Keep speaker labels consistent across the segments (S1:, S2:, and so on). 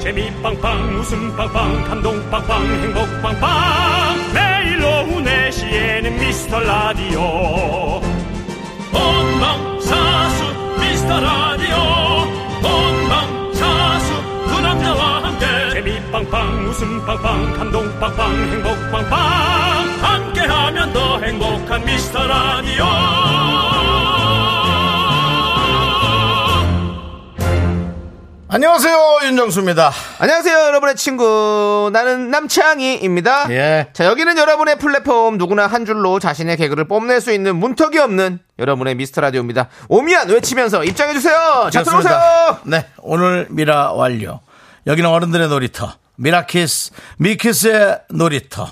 S1: 재미 빵빵 웃음 빵빵 감동 빵빵 행복 빵빵 매일 오후 4시에는 미스터 라디오 본방사수 미스터 라디오 본방사수 그 남자와 함께 재미 빵빵 웃음 빵빵 감동 빵빵 행복 빵빵 함께하면 더 행복한 미스터 라디오
S2: 안녕하세요 윤정수입니다.
S3: 안녕하세요, 여러분의 친구. 나는 남창희입니다.
S2: 예.
S3: 자, 여기는 여러분의 플랫폼 누구나 한 줄로 자신의 개그를 뽐낼 수 있는 문턱이 없는 여러분의 미스터 라디오입니다. 오미안 외치면서 입장해주세요. 자, 들어오세요.
S2: 좋습니다. 네, 오늘 미라 완료. 여기는 어른들의 놀이터, 미라키스, 미키스의 놀이터,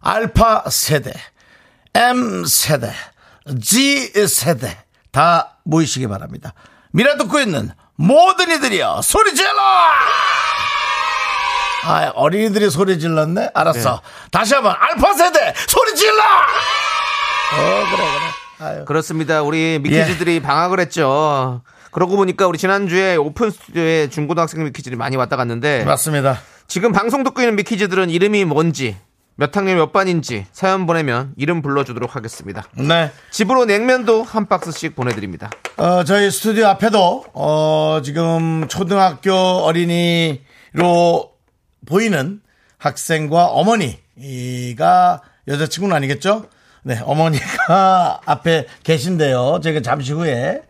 S2: 알파 세대, M 세대, G 세대 다 모이시기 바랍니다. 미라 듣고 있는 모든 이들이여 소리 질러! 아, 어린이들이 소리 질렀네? 알았어. 다시 한번 알파 세대 소리 질러! 어, 그래, 그래. 아유.
S3: 그렇습니다. 우리
S2: 예.
S3: 미키즈들이 방학을 했죠. 그러고 보니까 우리 지난주에 오픈 스튜디오에 중고등학생 미키즈들이 많이 왔다 갔는데
S2: 맞습니다.
S3: 지금 방송 듣고 있는 미키즈들은 이름이 뭔지 몇 학년 몇 반인지 사연 보내면 이름 불러주도록 하겠습니다.
S2: 네.
S3: 집으로 냉면도 한 박스씩 보내드립니다.
S2: 어, 저희 스튜디오 앞에도 어, 지금 초등학교 어린이로 보이는 학생과 어머니가 여자친구는 아니겠죠? 네, 어머니가 앞에 계신데요. 저희가 잠시 후에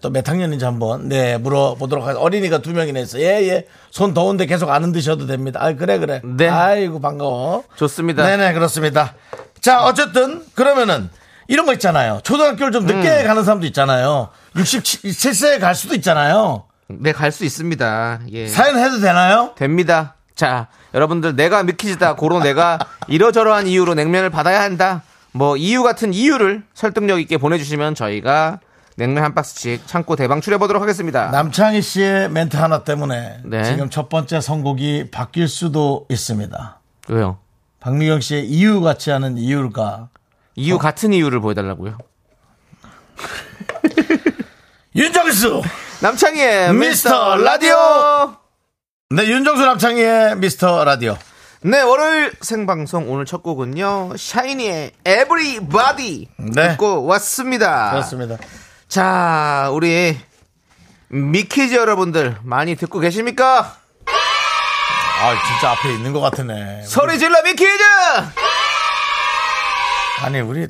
S2: 또 몇 학년인지 한번 네 물어보도록 하겠습니다. 어린이가 두 명이나 있어. 예, 예. 손 더운데 계속 안 흔드셔도 됩니다. 아, 그래, 그래.
S3: 네.
S2: 아이고 반가워.
S3: 좋습니다.
S2: 네네 그렇습니다. 자 어쨌든 그러면은 이런 거 있잖아요. 초등학교를 좀
S3: 음.
S2: 늦게 가는 사람도 있잖아요. 67세에 갈 수도 있잖아요.
S3: 네, 갈 수 있습니다. 예.
S2: 사연 해도 되나요?
S3: 됩니다. 자, 여러분들 내가 미키지다. 고로 내가 이러저러한 이유로 냉면을 받아야 한다. 뭐 이유 같은 이유를 설득력 있게 보내주시면 저희가 냉면 한 박스씩 창고 대방 추려보도록 하겠습니다.
S2: 남창희 씨의 멘트 하나 때문에
S3: 네.
S2: 지금 첫 번째 선곡이 바뀔 수도 있습니다.
S3: 왜요?
S2: 박미경 씨의 이유 같이 하는 이유가 어.
S3: 이유 같은 이유를 보여달라고요.
S2: 윤정수. 미스터
S3: 남창희의 미스터
S2: 라디오!
S3: 라디오.
S2: 네 윤정수 남창희의 미스터 라디오.
S3: 네, 월요일 생방송 오늘 첫 곡은요. 샤이니의 에브리바디
S2: 네.
S3: 듣고 왔습니다.
S2: 그렇습니다.
S3: 자, 우리 미키즈 여러분들 많이 듣고 계십니까?
S2: 아 진짜 앞에 있는 것 같으네.
S3: 소리 질러 미키즈!
S2: 아니 우리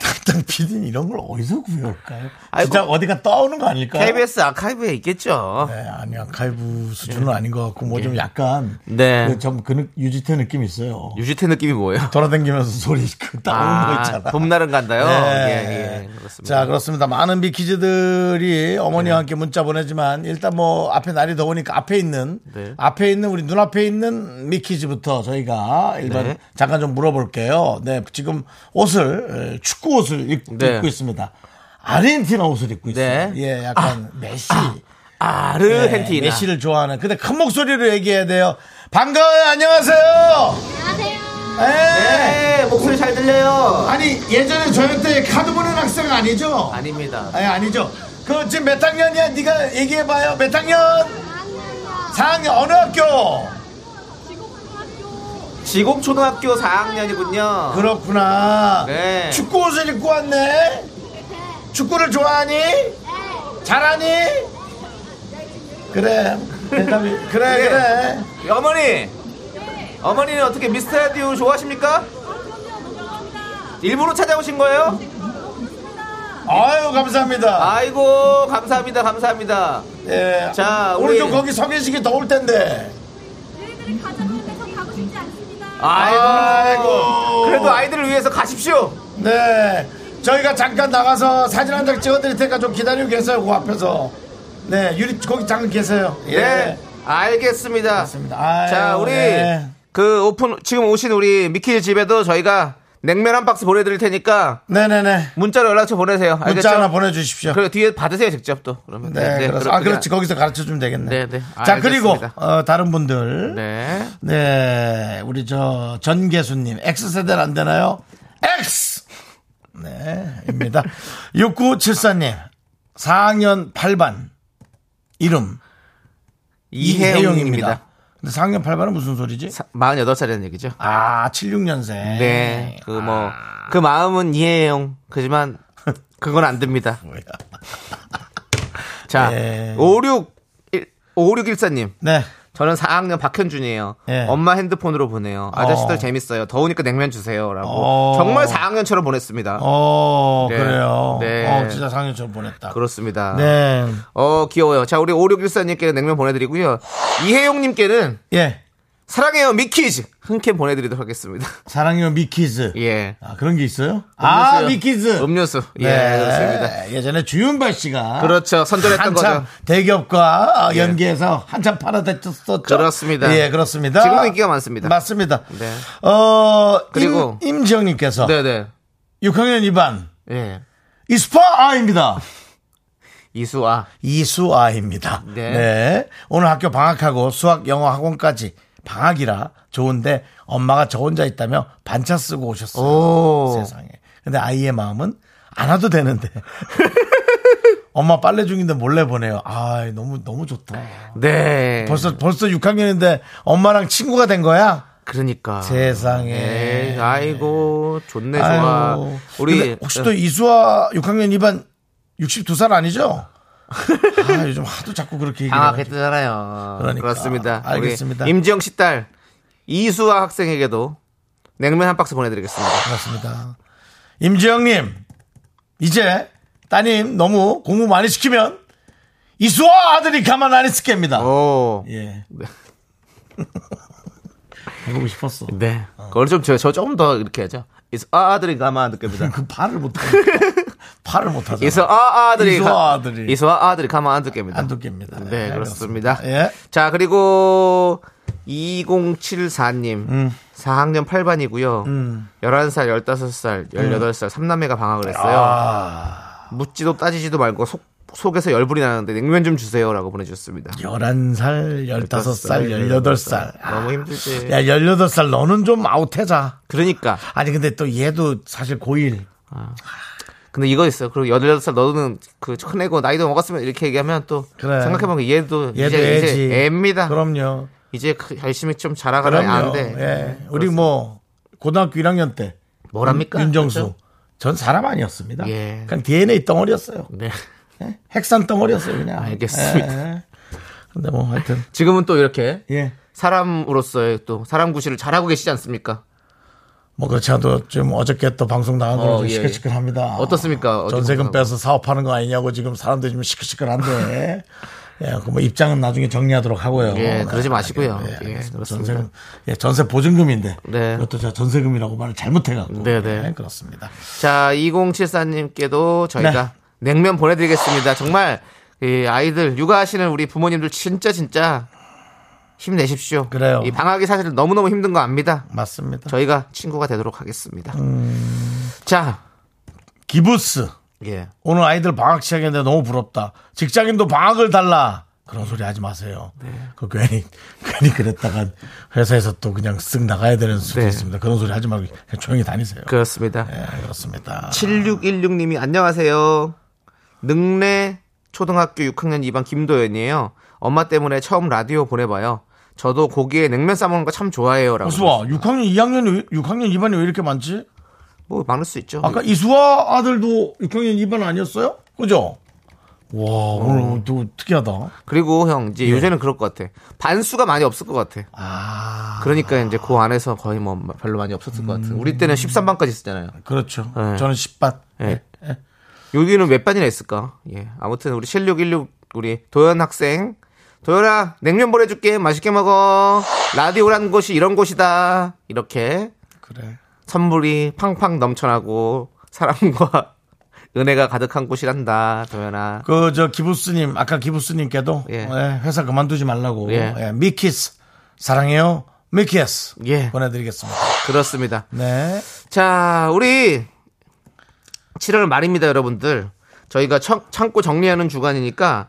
S2: 담당 PD는 이런 걸 어디서 구해올까요?
S3: 아이고.
S2: 진짜 어디가 떠오는 거 아닐까요?
S3: KBS 아카이브에 있겠죠.
S2: 네, 아니 아카이브 수준은 아닌 것 같고 뭐 좀 약간
S3: 네.
S2: 그 좀 그 유지태 느낌 있어요.
S3: 유지태 느낌이 뭐예요?
S2: 돌아다니면서 소리 그 따오는 거 있잖아.
S3: 봄날은 간다요?
S2: 네.
S3: 예, 예. 그렇습니다.
S2: 자 그렇습니다. 많은 비키즈들이 어머니와 함께 문자 보내지만 일단 뭐 앞에 날이 더우니까 앞에 있는
S3: 네.
S2: 앞에 있는 우리 눈앞에 있는 미키즈부터 저희가 일단
S3: 네.
S2: 잠깐 좀 물어볼게요. 네 지금 옷을 에, 축구 옷을 입,
S3: 네.
S2: 고 있습니다. 아르헨티나 옷을 입고 있어요.
S3: 네. 아,
S2: 예 약간 메시
S3: 아르헨티나.
S2: 네, 메시를 좋아하는. 근데 큰 목소리로 얘기해야 돼요. 반가워요. 안녕하세요. 안녕하세요.
S3: 네, 목소리 잘 들려요.
S2: 아니 예전에 저희 때 카드 보낸 학생 아니죠?
S3: 아닙니다.
S2: 아니 아니죠. 그 지금 몇 학년이야? 네가 얘기해봐요. 몇 학년? 4학년 어느 학교?
S3: 아. 지곡초등학교 4학년이군요.
S2: 그렇구나.
S3: 네.
S2: 축구 옷을 입고 왔네. 축구를 좋아하니? 잘하니? 그래. 대답이 그래
S3: 네.
S2: 그래.
S3: 어머니! 어머니는 어떻게 미스터 라디오 좋아하십니까? 일부러 찾아오신 거예요?
S2: 아유 감사합니다.
S3: 아이고, 감사합니다, 감사합니다.
S2: 예.
S3: 자,
S2: 오늘
S3: 우리-
S2: 좀 거기 서 계시기 더울 텐데.
S4: 저희들은 가자고 해서 가고 싶지 않습니다.
S3: 아이고.
S2: 아이고.
S3: 그래도 아이들을 위해서 가십시오.
S2: 네. 저희가 잠깐 나가서 사진 한 장 찍어드릴 테니까 좀 기다리고 계세요. 그 앞에서. 네. 유리 거기 잠깐 계세요. 예.
S3: 네. 알겠습니다.
S2: 맞습니다. 아유,
S3: 자, 우리
S2: 네.
S3: 그 오픈 지금 오신 우리 미키즈 집에도 저희가 냉면 한 박스 보내 드릴 테니까
S2: 네네네.
S3: 문자로 연락처 보내세요. 알겠죠?
S2: 문자 하나 보내주십시오.
S3: 그리고 뒤에 받으세요, 직접 또. 그러면.
S2: 네, 그렇습니다. 아, 그렇지. 거기서 가르쳐 주면 되겠네.
S3: 네, 네.
S2: 자,
S3: 알겠습니다.
S2: 그리고, 어, 다른 분들. 네.
S3: 네.
S2: 우리 저, 전계수님. X세대는 안 되나요? X! 네, 입니다. 6974님. 4학년 8반. 이름.
S3: 이혜용입니다.
S2: 근데 4학년 8반은 무슨 소리지?
S3: 48살이라는 얘기죠.
S2: 아, 76년생.
S3: 네.
S2: 아.
S3: 그 뭐, 그 마음은 이해해요. 그지만, 그건 안 됩니다.
S2: 뭐야.
S3: 자,
S2: 예.
S3: 56, 5614님.
S2: 네.
S3: 저는 4학년 박현준이에요.
S2: 예.
S3: 엄마 핸드폰으로 보내요. 아저씨들
S2: 어.
S3: 재밌어요. 더우니까 냉면 주세요. 라고.
S2: 어.
S3: 정말 4학년처럼 보냈습니다.
S2: 어,
S3: 네.
S2: 그래요.
S3: 네.
S2: 어, 진짜 4학년 처음 보냈다.
S3: 그렇습니다.
S2: 네.
S3: 어, 귀여워요. 자, 우리 5614님께 냉면 보내드리고요. 이혜용님께는
S2: 예.
S3: 사랑해요 미키즈 흔캠 보내드리도록 하겠습니다.
S2: 사랑해요, 미키즈.
S3: 예.
S2: 아, 그런 게 있어요? 아,
S3: 음료수요.
S2: 미키즈. 네.
S3: 음료수. 예, 그렇습니다.
S2: 예전에 주윤발 씨가.
S3: 그렇죠. 선전했던
S2: 한참
S3: 거죠.
S2: 대기업과
S3: 예.
S2: 연계해서 한참 팔아댔었죠.
S3: 그렇습니다.
S2: 예, 그렇습니다.
S3: 지금 인기가 많습니다.
S2: 맞습니다.
S3: 네.
S2: 어,
S3: 그리고-
S2: 임, 임지영님께서
S3: 네네.
S2: 6학년 2반
S3: 예.
S2: 이스파아입니다.
S3: 이수아.
S2: 이수아입니다.
S3: 네.
S2: 오늘 학교 방학하고 수학, 영어 학원까지 방학이라 좋은데 엄마가 저 혼자 있다며 반차 쓰고 오셨어요.
S3: 오.
S2: 세상에. 근데 아이의 마음은 안 와도 되는데. 엄마 빨래 중인데 몰래 보내요. 아, 너무 너무 좋다.
S3: 네.
S2: 벌써 벌써 6학년인데 엄마랑 친구가 된 거야?
S3: 그러니까.
S2: 세상에.
S3: 에이, 네. 아이고, 좋네, 좋아.
S2: 아유.
S3: 우리. 네.
S2: 근데 혹시 또 이수아 6학년 2반 62살 아니죠? 아, 요즘 하도 자꾸 그렇게 얘기해.
S3: 아, 그랬잖아요.
S2: 그러니까.
S3: 렇습니다
S2: 알겠습니다.
S3: 임지영 씨 딸, 이수아 학생에게도 냉면 한 박스 보내드리겠습니다.
S2: 그렇습니다. 임지영님, 이제 따님 너무 공부 많이 시키면 이수아 아들이 가만 안 있을
S3: 어.
S2: 겁니다.
S3: 오.
S2: 예.
S3: 네.
S2: 해보고 싶었어.
S3: 네. 그걸 좀, 저, 저 조금 더 이렇게 하죠. 이수 아, 아들이 가만 느낍니다.
S2: 그 팔을 못 하죠. 팔을 못 하죠.
S3: 이수 아, 아들이.
S2: 이수아
S3: 가-
S2: 아들이.
S3: 이수아 아들이 가만 안 느낍니다.
S2: 안 돕깁니다.
S3: 네, 그렇습니다.
S2: 예.
S3: 자, 그리고 2074님.
S2: 음.
S3: 4학년 8반이고요. 11살, 15살, 18살, 삼남매가 방학을 했어요.
S2: 아,
S3: 묻지도 따지지도 말고 속, 속에서 열불이 나는데 냉면 좀 주세요라고 보내주셨습니다.
S2: 11살, 15살, 18살.
S3: 너무 힘들지.
S2: 야, 18살 너는 좀 아웃해자.
S3: 그러니까.
S2: 아니, 근데 또 얘도 사실 고1.
S3: 근데 이거 있어요. 그리고 18살 너는 그 큰애고 나이도 먹었으면 이렇게 얘기하면 또
S2: 그래.
S3: 생각해보면 얘도
S2: 얘도
S3: 이제,
S2: 애지.
S3: 이제 애입니다.
S2: 그럼요.
S3: 이제 그 열심히 좀 자라가라 안
S2: 그럼요.
S3: 돼.
S2: 예. 우리 뭐, 고등학교 1학년 때.
S3: 뭐랍니까?
S2: 윤- 윤정수.
S3: 그렇죠?
S2: 전 사람 아니었습니다.
S3: 예.
S2: 그냥 DNA 덩어리였어요.
S3: 네.
S2: 예? 핵산 덩어리였어요, 그냥.
S3: 알겠습니다.
S2: 예, 예. 근데 뭐, 하여튼.
S3: 지금은 또 이렇게
S2: 예.
S3: 사람으로서의 또 사람 구실을 잘하고 계시지 않습니까?
S2: 뭐 그렇지 않아도 지금 어저께 또 방송 나간 걸로
S3: 어,
S2: 좀
S3: 예,
S2: 시끌시끌합니다.
S3: 예. 어떻습니까? 어디
S2: 전세금
S3: 보면.
S2: 빼서 사업하는 거 아니냐고 지금 사람들이 좀 시끌시끌한데. 예, 그뭐 입장은 나중에 정리하도록 하고요.
S3: 예, 그러지 마시고요.
S2: 예,
S3: 예,
S2: 알겠습니다.
S3: 그렇습니다.
S2: 전세금, 예, 전세 보증금인데.
S3: 네.
S2: 그것도 제가 전세금이라고 말을 잘못해갖고.
S3: 네, 네.
S2: 예, 그렇습니다.
S3: 자, 2074님께도 저희가
S2: 네.
S3: 냉면 보내드리겠습니다. 정말 이 아이들 육아하시는 우리 부모님들 진짜 진짜 힘내십시오.
S2: 그래요.
S3: 이 방학이 사실 너무 너무 힘든 거 압니다.
S2: 맞습니다.
S3: 저희가 친구가 되도록 하겠습니다.
S2: 음.
S3: 자,
S2: 기부스.
S3: 예,
S2: 오늘 아이들 방학 시작했는데 너무 부럽다. 직장인도 방학을 달라. 그런 소리 하지 마세요.
S3: 네.
S2: 그 괜히 괜히 그랬다가 회사에서 또 그냥 쓱 나가야 되는 수도
S3: 네.
S2: 있습니다. 그런 소리 하지 말고 그냥 조용히 다니세요. 그...
S3: 그렇습니다.
S2: 그렇습니다.
S3: 7616님이 안녕하세요. 능래 초등학교 6학년 2반 김도연이에요. 엄마 때문에 처음 라디오 보내봐요. 저도 고기에 냉면 싸먹는 거 참 좋아해요. 라고.
S2: 이수아, 6학년 2학년 6학년 2반이 왜 이렇게 많지?
S3: 뭐, 막을 수 있죠.
S2: 아까 이수아 아들도 6학년 2반 아니었어요? 그죠? 와,
S3: 어.
S2: 오늘 또 특이하다.
S3: 그리고 형, 이제 요새는 그럴 것 같아. 반수가 많이 없을 것 같아.
S2: 아,
S3: 그러니까 이제 그 안에서 거의 뭐 별로 많이 없었을 것 같은. 우리 때는 13반까지 있었잖아요.
S2: 그렇죠.
S3: 네.
S2: 저는 10반.
S3: 예. 여기는 몇 반이나 있을까? 예. 아무튼 우리 7616 우리 도현 학생 도현아 냉면 보내줄게 맛있게 먹어 라디오라는 곳이 이런 곳이다 이렇게
S2: 그래.
S3: 선물이 팡팡 넘쳐나고 사랑과 은혜가 가득한 곳이란다 도현아
S2: 그 저 기부스님 아까 기부스님께도
S3: 예.
S2: 예, 회사 그만두지 말라고
S3: 예.
S2: 예, 미키스 사랑해요 미키스
S3: 예.
S2: 보내드리겠습니다.
S3: 그렇습니다
S2: 네
S3: 자, 우리 7월 말입니다, 여러분들. 저희가 청- 창고 정리하는 주간이니까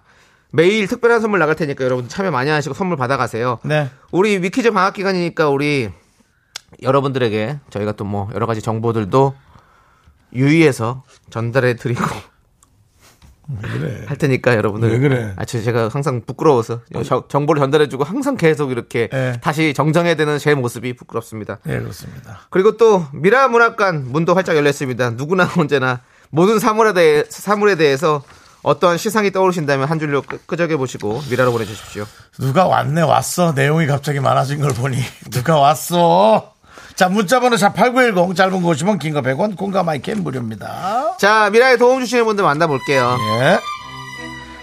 S3: 매일 특별한 선물 나갈 테니까 여러분 참여 많이 하시고 선물 받아가세요.
S2: 네.
S3: 우리 위키즈 방학 기간이니까 우리 여러분들에게 저희가 또 뭐 여러 가지 정보들도 유의해서 전달해 드리고
S2: 그래.
S3: 할 테니까 여러분들.
S2: 왜 그래? 아.
S3: 아, 저- 제가 항상 부끄러워서 저- 정보를 전달해주고 항상 계속 이렇게
S2: 예.
S3: 다시 정정해야 되는 제 모습이 부끄럽습니다.
S2: 예, 그렇습니다.
S3: 그리고 또 미라 문학관 문도 활짝 열렸습니다. 누구나 언제나 모든 사물에 대해 사물에 대해서 어떠한 시상이 떠오르신다면 한 줄로 끄- 끄적여 보시고 미라로 보내주십시오.
S2: 누가 왔네, 왔어. 내용이 갑자기 많아진 걸 보니. 누가 왔어. 자, 문자번호 자8910, 짧은 거 50원, 긴 거 100원, 공감 마이캠 무료입니다.
S3: 자 미라에 도움 주시는 분들 만나볼게요.
S2: 예.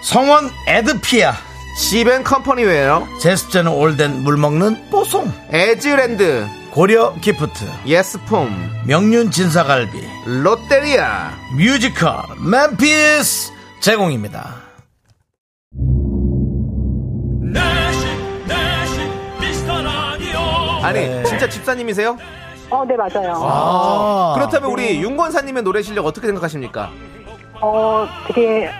S2: 성원 에드피아.
S3: 지벤컴퍼니웨어,
S2: 제습제는 올덴 물 먹는 뽀송.
S3: 에즈랜드,
S2: 고려 기프트.
S3: 예스폼,
S2: 명륜 진사갈비.
S3: 롯데리아.
S2: 뮤지컬 맨피스 제공입니다.
S1: 내시 내시 미스터 라디오
S3: 아니
S2: 네.
S3: 진짜 집사님이세요?
S5: 어, 네, 맞아요.
S2: 아.
S3: 그렇다면 우리 윤권사님의 노래 실력 어떻게 생각하십니까?
S5: 어, 되게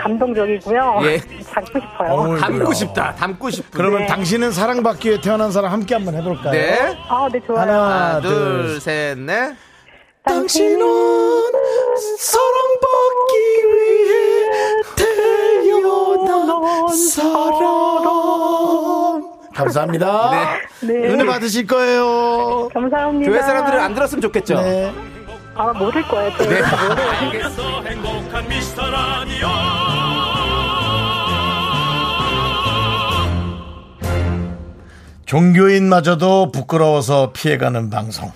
S5: 감동적이고요.
S3: 예.
S5: 잡고 싶어요.
S2: 어우,
S3: 담고
S2: 그래요.
S3: 싶다, 담고 네. 싶다.
S2: 그러면 당신은 사랑받기 위해 태어난 사람 함께 한번 해볼까요?
S3: 네.
S5: 아, 네, 좋아요.
S2: 하나,
S3: 하나,
S2: 둘, 셋.
S3: 둘, 셋, 넷.
S2: 당신은 사랑받기 위해 태어난 사람. 감사합니다.
S5: 네.
S2: 은혜 받으실 거예요.
S5: 감사합니다.
S3: 교회 사람들은 안 들었으면 좋겠죠?
S2: 네.
S5: 아, 모를 거예요. 또.
S3: 네.
S1: 더 행복한 미스터 라디오
S2: 종교인마저도 부끄러워서 피해가는 방송.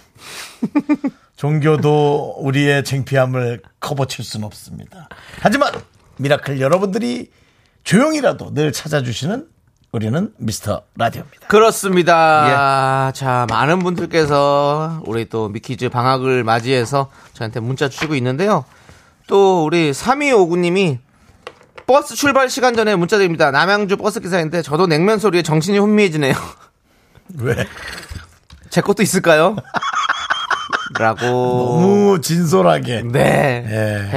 S2: 종교도 우리의 창피함을 커버칠 순 없습니다. 하지만 미라클 여러분들이 조용히라도 늘 찾아주시는 우리는 미스터 라디오입니다.
S3: 그렇습니다. 예. 자, 많은 분들께서 우리 또 미키즈 방학을 맞이해서 저한테 문자 주시고 있는데요. 또 우리 3259님이 버스 출발 시간 전에 문자 드립니다. 남양주 버스 기사인데 저도 냉면 소리에 정신이 혼미해지네요.
S2: 왜?
S3: 제 것도 있을까요? 라고
S2: 너무 진솔하게.
S3: 네
S2: 예.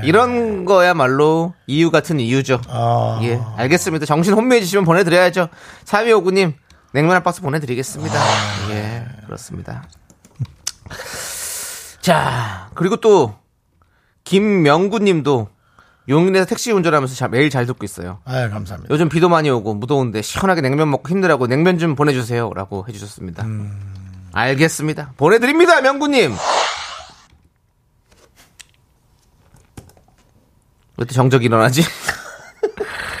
S2: 예.
S3: 이런 거야말로 이유 같은 이유죠.
S2: 아.
S3: 예, 알겠습니다. 정신 혼미해지시면 보내드려야죠. 3259님, 냉면 한 박스 보내드리겠습니다. 예, 그렇습니다. 자, 그리고 또, 김명구 님도 용인에서 택시 운전하면서 자- 매일 잘 듣고 있어요.
S2: 아유, 감사합니다.
S3: 요즘 비도 많이 오고 무더운데 시원하게 냉면 먹고 힘들라고 냉면 좀 보내주세요. 라고 해주셨습니다. 알겠습니다. 보내드립니다, 명구님! 왜 또 정적이 일어나지?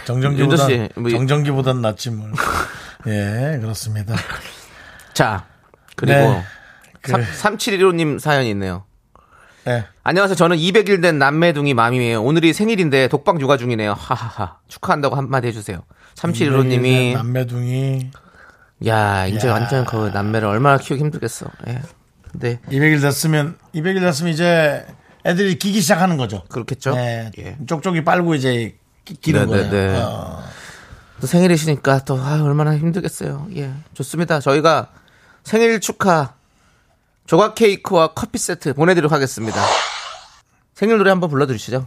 S3: 윤정
S2: 정전기보단,
S3: 씨, 뭐 이-
S2: 정전기보단 낫지 뭘. 예, 그렇습니다.
S3: 자, 그리고
S2: 네. 그,
S3: 3715님 사연이 있네요.
S2: 예.
S3: 안녕하세요. 저는 200일 된 남매둥이 맘이에요. 오늘이 생일인데 독방 육아 중이네요. 하하하. 축하한다고 한마디 해주세요. 3715님이
S2: 남매둥이
S3: 야 이제
S2: 야.
S3: 완전 그 남매를 얼마나 키우기 힘들겠어. 예. 근데
S2: 200일 됐으면 200일 됐으면 이제 애들이 기기 시작하는 거죠.
S3: 그렇겠죠.
S2: 네,
S3: 예.
S2: 쪽쪽이 빨고 이제 기- 기는
S3: 네, 네,
S2: 거예요.
S3: 네.
S2: 어.
S3: 또 생일이시니까 또 아, 얼마나 힘들겠어요. 예, 좋습니다. 저희가 생일 축하 조각 케이크와 커피 세트 보내드리도록 하겠습니다. 생일 노래 한번 불러주시죠.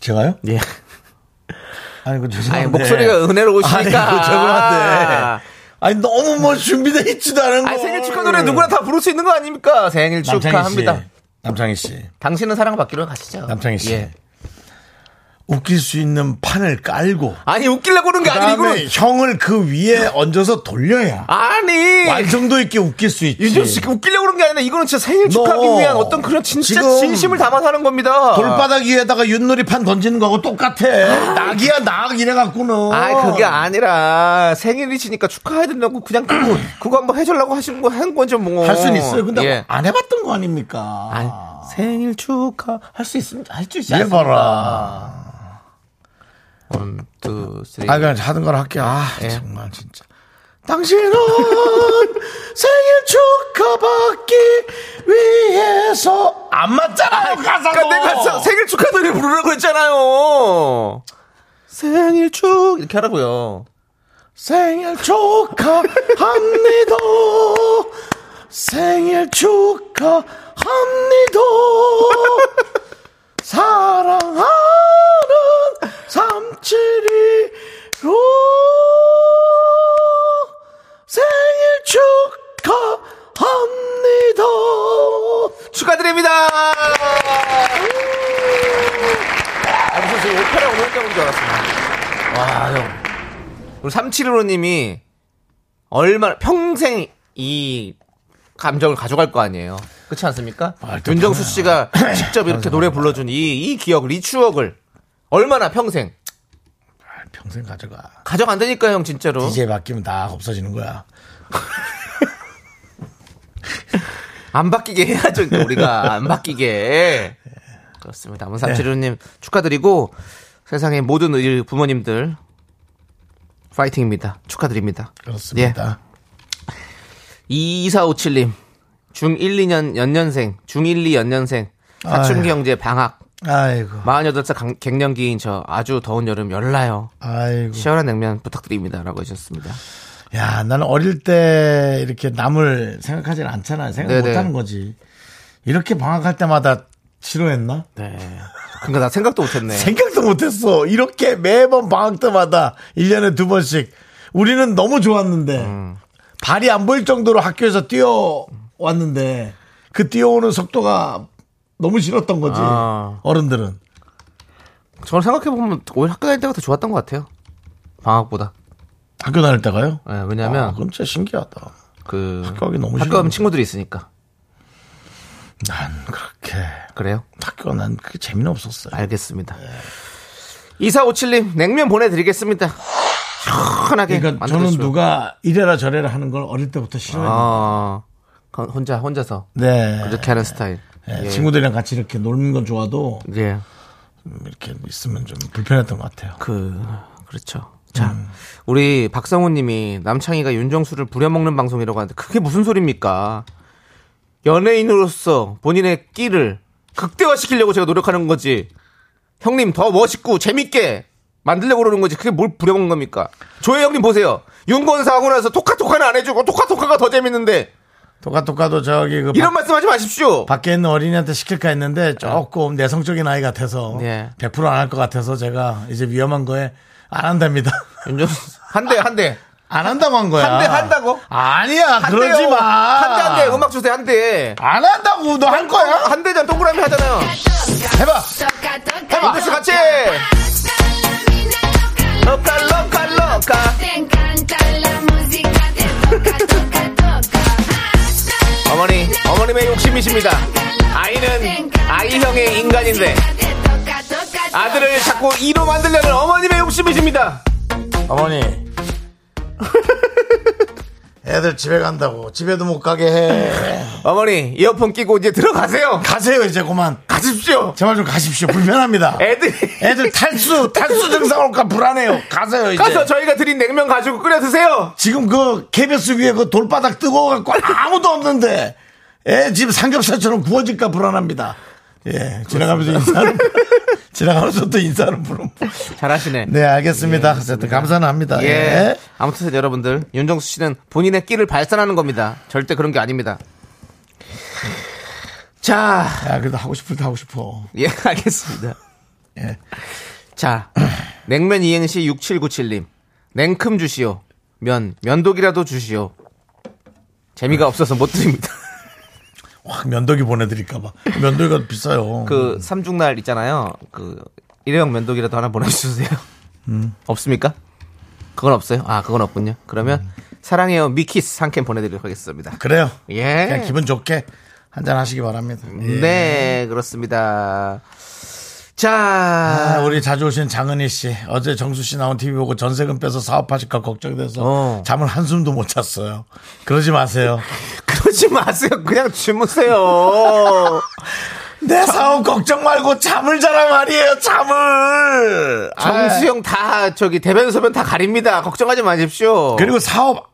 S2: 제가요?
S3: 예.
S2: 아니 그
S3: 아니,
S2: 죄송한데
S3: 목소리가 은혜로우시니까.
S2: 아니 그 죄송한데 아니 너무 뭐 준비돼 있지도 않은 거.
S3: 아니, 생일 축하
S2: 음.
S3: 노래 누구나 다 부를 수 있는 거 아닙니까? 생일 축하합니다.
S2: 남창희 씨,
S3: 당신은 사랑받기로 가시죠.
S2: 남창희 씨.
S3: 예.
S2: 웃길 수 있는 판을 깔고
S3: 아니 웃기려고 그런 게 아니고.
S2: 그다음에 형을 그 위에 얹어서 돌려야
S3: 아니.
S2: 완성도 있게 웃길 수 있지.
S3: 예. 윤정 씨 웃기려고 그런 게 아니라 이거는 진짜 생일 축하하기
S2: 너
S3: 위한 어떤 그런 진짜
S2: 뭐, 지금
S3: 진심을 담아서 하는 겁니다.
S2: 돌바닥 위에다가 윷놀이판 던지는 거하고 똑같아. 낙이야 낙 이래 갖고는.
S3: 아 그게 아니라 생일이시니까 축하해야 된다고 그냥 그거, 그거 한번 해주려고 하신 거 한 건죠 뭐.
S2: 할 수는 있어요. 근데
S3: 예.
S2: 안 해봤던 거 아닙니까?
S3: 아니, 생일 축하 할 수 있습니다. 할 수 있지
S2: 얘
S3: 않습니까?
S2: 봐라.
S3: 원, 투, 쓰리.
S2: 아, 그냥 하던 걸 할게. 아,
S3: 예.
S2: 정말 진짜. 당신은 생일 축하받기 위해서 안 맞잖아요 가사도.
S3: 그러니까 내가 서- 생일 축하 노래 부르라고 했잖아요. 생일 축 이렇게 하라고요.
S2: 생일 축하합니다. 생일 축하합니다. 사랑하는 삼칠이로 생일 축하합니다.
S3: 축하드립니다. 아, 형. 우리 3715님이 얼마나 평생 이 감정을 가져갈 거 아니에요. 그렇지 않습니까?
S2: 말도
S3: 윤정수 씨가 직접 이렇게 노래 불러준 이, 이 기억을, 이 추억을 얼마나 평생
S2: 아, 평생 가져가.
S3: 가져간다니까, 형, 진짜로.
S2: DJ 바뀌면 다 없어지는 거야.
S3: 안 바뀌게 해야죠, 이제 우리가. 안 바뀌게. 그렇습니다. 아무
S2: 네.
S3: 삼칠우님 축하드리고 세상의 모든 우리 부모님들 파이팅입니다. 축하드립니다.
S2: 그렇습니다.
S3: 2457님 중1, 2년 연년생 중1, 2 연년생 사춘기
S2: 아유. 예.
S3: 형제 방학
S2: 아이고,
S3: 48살 강- 갱년기인 저 아주 더운 여름 열나요.
S2: 아이고.
S3: 시원한 냉면 부탁드립니다. 라고 하셨습니다.
S2: 야, 나는 어릴 때 이렇게 남을 생각하진 않잖아. 생각
S3: 네네.
S2: 못 하는 거지. 이렇게 방학할 때마다 싫어했나?
S3: 네. 그러니까 나 생각도 못했네.
S2: 생각도 못 했어. 이렇게 매번 방학 때마다 1년에 두 번씩. 우리는 너무 좋았는데, 발이 안 보일 정도로 학교에서 뛰어왔는데, 그 뛰어오는 속도가 너무 싫었던 거지.
S3: 아.
S2: 어른들은.
S3: 저는 생각해보면 오히려 학교 다닐 때가 더 좋았던 것 같아요. 방학보다.
S2: 학교 다닐 때가요?
S3: 예, 왜냐면
S2: 아, 그럼 진짜 신기하다.
S3: 그
S2: 학교 가기 너무
S3: 학교
S2: 싫어.
S3: 가면 친구들이 있으니까
S2: 난 그렇게
S3: 그래요?
S2: 학교가 난 그게 재미는 없었어요.
S3: 아, 알겠습니다. 2457님 네. 냉면 보내드리겠습니다. 시원하게
S2: 그러니까 저는
S3: 만들어주시고.
S2: 누가 이래라 저래라 하는 걸 어릴 때부터 싫어했는데
S3: 아, 그 혼자 혼자서
S2: 네.
S3: 그렇게 하는 스타일.
S2: 예,
S3: 예.
S2: 친구들이랑 같이 이렇게 놀는 건 좋아도
S3: 예.
S2: 음, 이렇게 있으면 좀 불편했던 것 같아요.
S3: 그 그렇죠. 자,
S2: 음.
S3: 우리 박성우님이 남창희가 윤정수를 부려먹는 방송이라고 하는데 그게 무슨 소리입니까? 연예인으로서 본인의 끼를 극대화시키려고 제가 노력하는 거지. 형님 더 멋있고 재밌게 만들려고 그러는 거지. 그게 뭘 부려먹는 겁니까? 조혜 형님 보세요. 윤건사 하고 나서 토카토카는 안 해주고 토카토카가 더 재밌는데
S2: 토카토카도 저기 그
S3: 이런
S2: 밖-
S3: 말씀하지 마십시오.
S2: 밖에 있는 어린이한테 시킬까 했는데 조금 내성적인 아이 같아서
S3: 예.
S2: 100%안 할 것 같아서 제가 이제 위험한 거에 안 한답니다.
S3: 윤정수 한대 한대
S2: 안 한다고 한 거야.
S3: 한대 한다고?
S2: 아니야 그러지 마.
S3: 한대 한대 음악 주세요 한대.
S2: 안 한다고 너 한 거야?
S3: 한 대전 동그라미 하잖아요.
S2: 해봐.
S3: 해봐. 같이 같이. 로카 로카 로카. 어머니 어머님의 욕심이십니다. 아이는 아이 형의 인간인데 아들을 자꾸 이로 만들려는 어머님의 욕심이십니다.
S2: 어머니. 애들 집에 간다고 집에도 못 가게 해.
S3: 어머니 이어폰 끼고 이제 들어가세요.
S2: 가세요 이제 그만.
S3: 가십시오.
S2: 제발 좀 가십시오. 불편합니다.
S3: 애들이
S2: 애들 탈수 탈수 증상 올까 불안해요. 가세요 이제.
S3: 가서 저희가 드린 냉면 가지고 끓여 드세요.
S2: 지금 그 KBS 위에 그 돌바닥 뜨거워갖고 아무도 없는데 애 집 삼겹살처럼 구워질까 불안합니다. 예 지나가면서 인사를 지나가면서 또 인사를 부름.
S3: 잘하시네.
S2: 네 알겠습니다. 어쨌든 감사는 합니다.
S3: 네. 예. 아무튼 여러분들 윤정수 씨는 본인의 끼를 발산하는 겁니다. 절대 그런 게 아닙니다. 자,
S2: 야 아, 그래도 하고 싶을 때 하고 싶어.
S3: 예, 알겠습니다.
S2: 예.
S3: 자, 냉면 이행시 6797님. 냉큼 주시오. 면, 면도기라도 주시오. 재미가 없어서 못 드립니다.
S2: 확 면도기 보내드릴까봐 면도기가 비싸요.
S3: 그, 삼중날 있잖아요. 그, 일회용 면도기라도 하나 보내주세요.
S2: 음.
S3: 없습니까? 그건 없어요? 아, 그건 없군요. 그러면,
S2: 음.
S3: 사랑해요. 미키스 한 캔 보내드리도록 하겠습니다.
S2: 그래요.
S3: 예.
S2: 그냥 기분 좋게 한잔 하시기 바랍니다. 예.
S3: 네, 그렇습니다.
S2: 아,
S3: 자,
S2: 우리 자주 오신 장은희 씨 어제 정수 씨 나온 TV 보고 전세금 빼서 사업하실까 걱정돼서
S3: 어.
S2: 잠을 한숨도 못 잤어요. 그러지 마세요.
S3: 그러지 마세요. 그냥 주무세요.
S2: 내 사업 걱정 말고 잠을 자라 말이에요. 잠을. 아,
S3: 정수영 다 저기 대변 소변 다 가립니다. 걱정하지 마십시오.
S2: 그리고 사업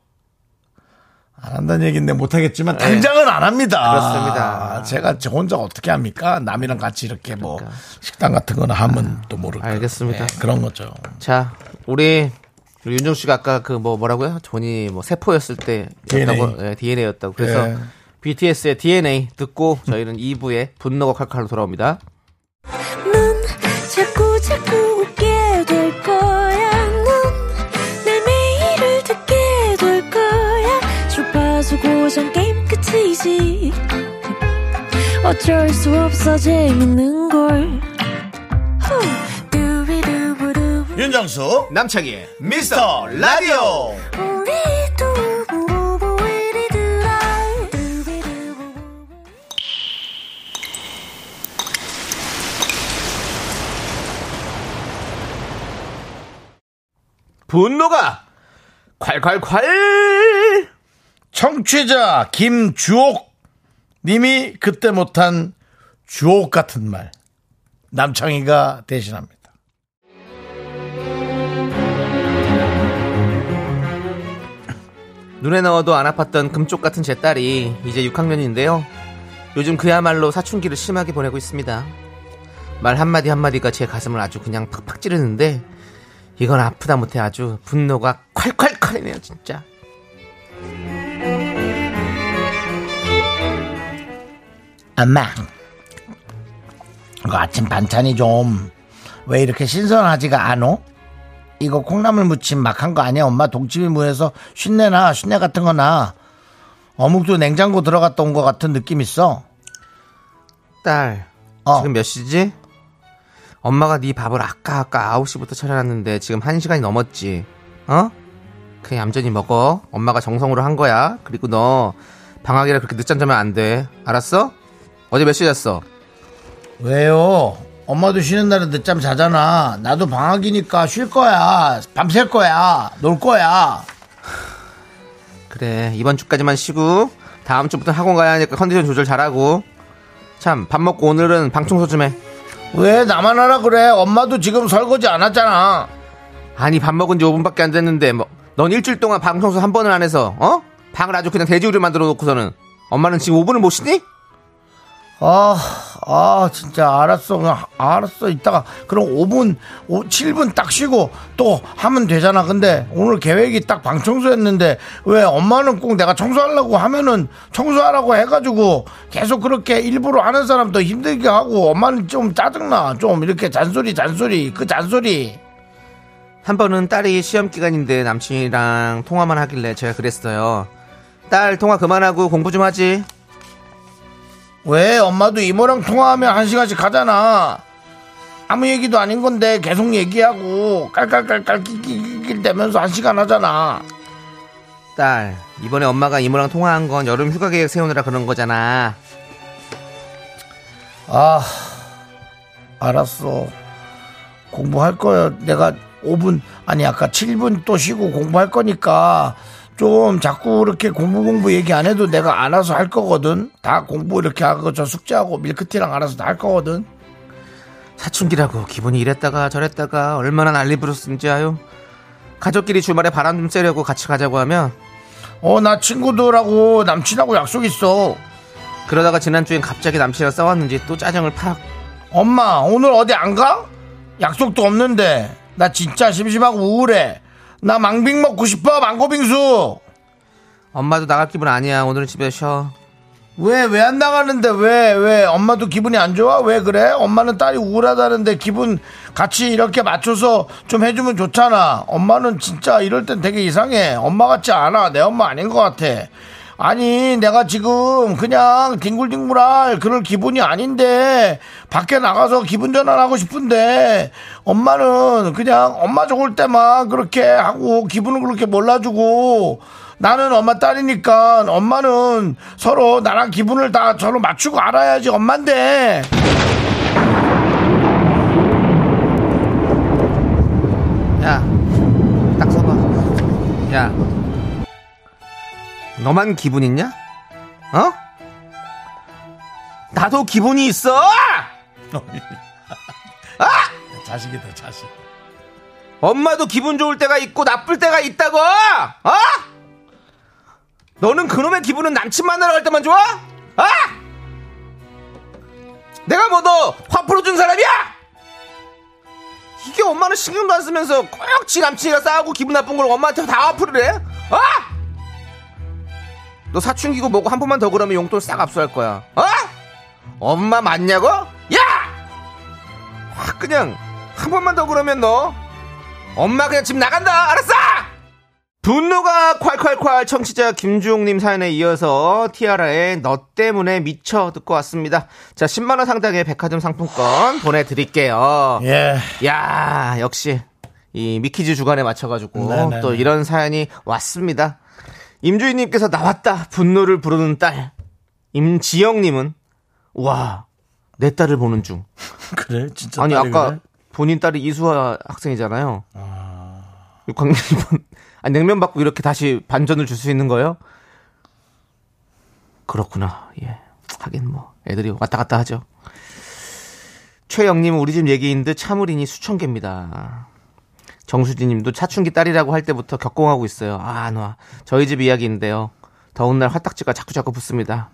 S2: 안 한다는 얘기인데 못 하겠지만 당장은 안 합니다.
S3: 그렇습니다.
S2: 제가 저 혼자 어떻게 합니까? 남이랑 같이 이렇게 뭐 식당 같은 거나 하면 또 모를까.
S3: 알겠습니다.
S2: 네, 그런 거죠.
S3: 자, 우리 우리 윤정 씨가 아까 그 뭐 뭐라고요? 돈이 뭐 세포였을 때
S2: DNA.
S3: DNA였다고. 예, 그래서
S2: 예.
S3: BTS의 DNA 듣고 저희는 2부에 분노가 칼칼로 돌아옵니다.
S6: 넌 자꾸 자꾸 웃게 될 거야. 넌내 매일을 듣게 될 거야. 주파수 고정 게임 끝이지. 어쩔 수 없어 재밌는 걸. 후. 두비두부두부.
S2: 윤정수
S3: 남창희의
S2: 미스터 라디오
S3: 분노가 콸콸콸
S2: 청취자 김주옥 님이 그때 못한 주옥 같은 말 남창희가 대신합니다.
S3: 눈에 넣어도 안 아팠던 금쪽 같은 제 딸이 이제 6학년인데요. 요즘 그야말로 사춘기를 심하게 보내고 있습니다. 말 한마디 한마디가 제 가슴을 아주 그냥 팍팍 찌르는데 이건 아프다 못해 아주 분노가 콸콸콸이네요 진짜.
S2: 엄마, 이거 아침 반찬이 좀 왜 이렇게 신선하지가 않어? 이거 콩나물 무침 막 한 거 아니야? 엄마 동치미 무에서 쉰내나 쉰내 같은 거나 어묵도 냉장고 들어갔다 온 것 같은 느낌 있어.
S3: 딸
S2: 어.
S3: 지금 몇 시지? 엄마가 네 밥을 아까 아까 9시부터 차려놨는데 지금 1시간이 넘었지. 어? 그냥 얌전히 먹어. 엄마가 정성으로 한 거야. 그리고 너 방학이라 그렇게 늦잠 자면 안 돼. 알았어? 어제 몇 시에 잤어?
S2: 왜요? 엄마도 쉬는 날은 늦잠 자잖아. 나도 방학이니까 쉴 거야. 밤샐 거야. 놀 거야.
S3: 그래 이번 주까지만 쉬고 다음 주부터 학원 가야 하니까 컨디션 조절 잘하고 참 밥 먹고 오늘은 방청소 좀 해
S2: 왜 나만 하라 그래? 엄마도 지금 설거지 안 하잖아.
S3: 아니 밥 먹은 지 5분밖에 안 됐는데 뭐 넌 일주일 동안 방청소 한 번을 안 해서 어? 방을 아주 그냥 돼지우리 만들어 놓고서는 엄마는 지금 5분을 못 쉬니?
S2: 아, 아, 진짜 알았어. 그냥 알았어. 이따가 그럼 5분, 5, 7분 딱 쉬고 또 하면 되잖아. 근데 오늘 계획이 딱 방청소였는데 왜 엄마는 꼭 내가 청소하려고 하면은 청소하라고 해가지고 계속 그렇게 일부러 하는 사람도 힘들게 하고 엄마는 좀 짜증나. 좀 이렇게 잔소리, 잔소리, 그 잔소리.
S3: 한 번은 딸이 시험 기간인데 남친이랑 통화만 하길래 제가 그랬어요 딸 통화 그만하고 공부 좀 하지
S2: 왜 엄마도 이모랑 통화하면 한 시간씩 가잖아. 아무 얘기도 아닌 건데 계속 얘기하고 깔깔깔깔 낄낄낄 대면서 한 시간 하잖아.
S3: 딸 이번에 엄마가 이모랑 통화한 건 여름 휴가 계획 세우느라 그런 거잖아
S2: 아, 알았어. 공부할 거야. 내가 5분, 아니, 아까 7분 또 쉬고 공부할 거니까 좀 자꾸 이렇게 공부 공부 얘기 안 해도 내가 알아서 할 거거든. 다 공부 이렇게 하고 저 숙제하고 밀크티랑 알아서 다 할 거거든.
S3: 사춘기라고 기분이 이랬다가 저랬다가 얼마나 난리 부르는지 아요. 가족끼리 주말에 바람 좀 쐬려고 같이 가자고 하면
S2: 어, 나 친구들하고 남친하고 약속 있어.
S3: 그러다가 지난주엔 갑자기 남친이랑 싸웠는지 또 짜증을 팍.
S2: 엄마 오늘 어디 안 가? 약속도 없는데 나 진짜 심심하고 우울해 나 망빙 먹고 싶어 망고빙수
S3: 엄마도 나갈 기분 아니야. 오늘은 집에 쉬어.
S2: 왜 왜 안 나가는데 왜 왜 엄마도 기분이 안 좋아 왜 그래 엄마는 딸이 우울하다는데 기분 같이 이렇게 맞춰서 좀 해주면 좋잖아 엄마는 진짜 이럴 땐 되게 이상해 엄마 같지 않아 내 엄마 아닌 것 같아 아니 내가 지금 그냥 뒹굴뒹굴할 그럴 기분이 아닌데 밖에 나가서 기분 전환하고 싶은데 엄마는 그냥 엄마 좋을 때만 그렇게 하고 기분을 그렇게 몰라주고 나는 엄마 딸이니까 엄마는 서로 나랑 기분을 다 서로 맞추고 알아야지 엄만데
S3: 야, 딱 서봐. 야, 너만 기분 있냐? 어? 나도 기분이 있어.
S2: 자식이다 자식
S3: 엄마도 기분 좋을 때가 있고 나쁠 때가 있다고! 어? 너는 그놈의 기분은 남친 만나러 갈 때만 좋아? 아! 내가 뭐 너 화풀어 준 사람이야? 이게 엄마는 신경도 안 쓰면서 꼭지 남친이랑 싸우고 기분 나쁜 걸 엄마한테 다 화풀이를 해? 어? 너 사춘기고 뭐고 한 번만 더 그러면 용돈 싹 압수할 거야. 어? 엄마 맞냐고? 야! 확 그냥 한 번만 더 그러면 너 엄마 그냥 집 나간다 알았어 분노가 콸콸콸 청취자 김주홍님 사연에 이어서 티아라의 너 때문에 미쳐 듣고 왔습니다 자 10만원 상당의 백화점 상품권 보내드릴게요
S2: 예
S3: 야 역시 이 미키즈 주간에 맞춰가지고
S2: 네네네.
S3: 또 이런 사연이 왔습니다. 임주희님께서 나왔다 분노를 부르는 딸. 임지영님은 와 내 딸을 보는 중.
S2: 그래 진짜
S3: 아니
S2: 딸이
S3: 아까
S2: 그래?
S3: 본인 딸이 이수아 학생이잖아요. 6학년 1번. 아니 냉면 받고 이렇게 다시 반전을 줄 수 있는 거예요? 그렇구나. 예. 하긴 뭐 애들이 왔다 갔다 하죠. 최영님 우리 집 얘기인 듯 참으리니 수천 개입니다. 정수진님도 차춘기 딸이라고 할 때부터 격공하고 있어요. 아, 안 와. 저희 집 이야기인데요. 더운 날 화딱지가 자꾸 자꾸 붙습니다.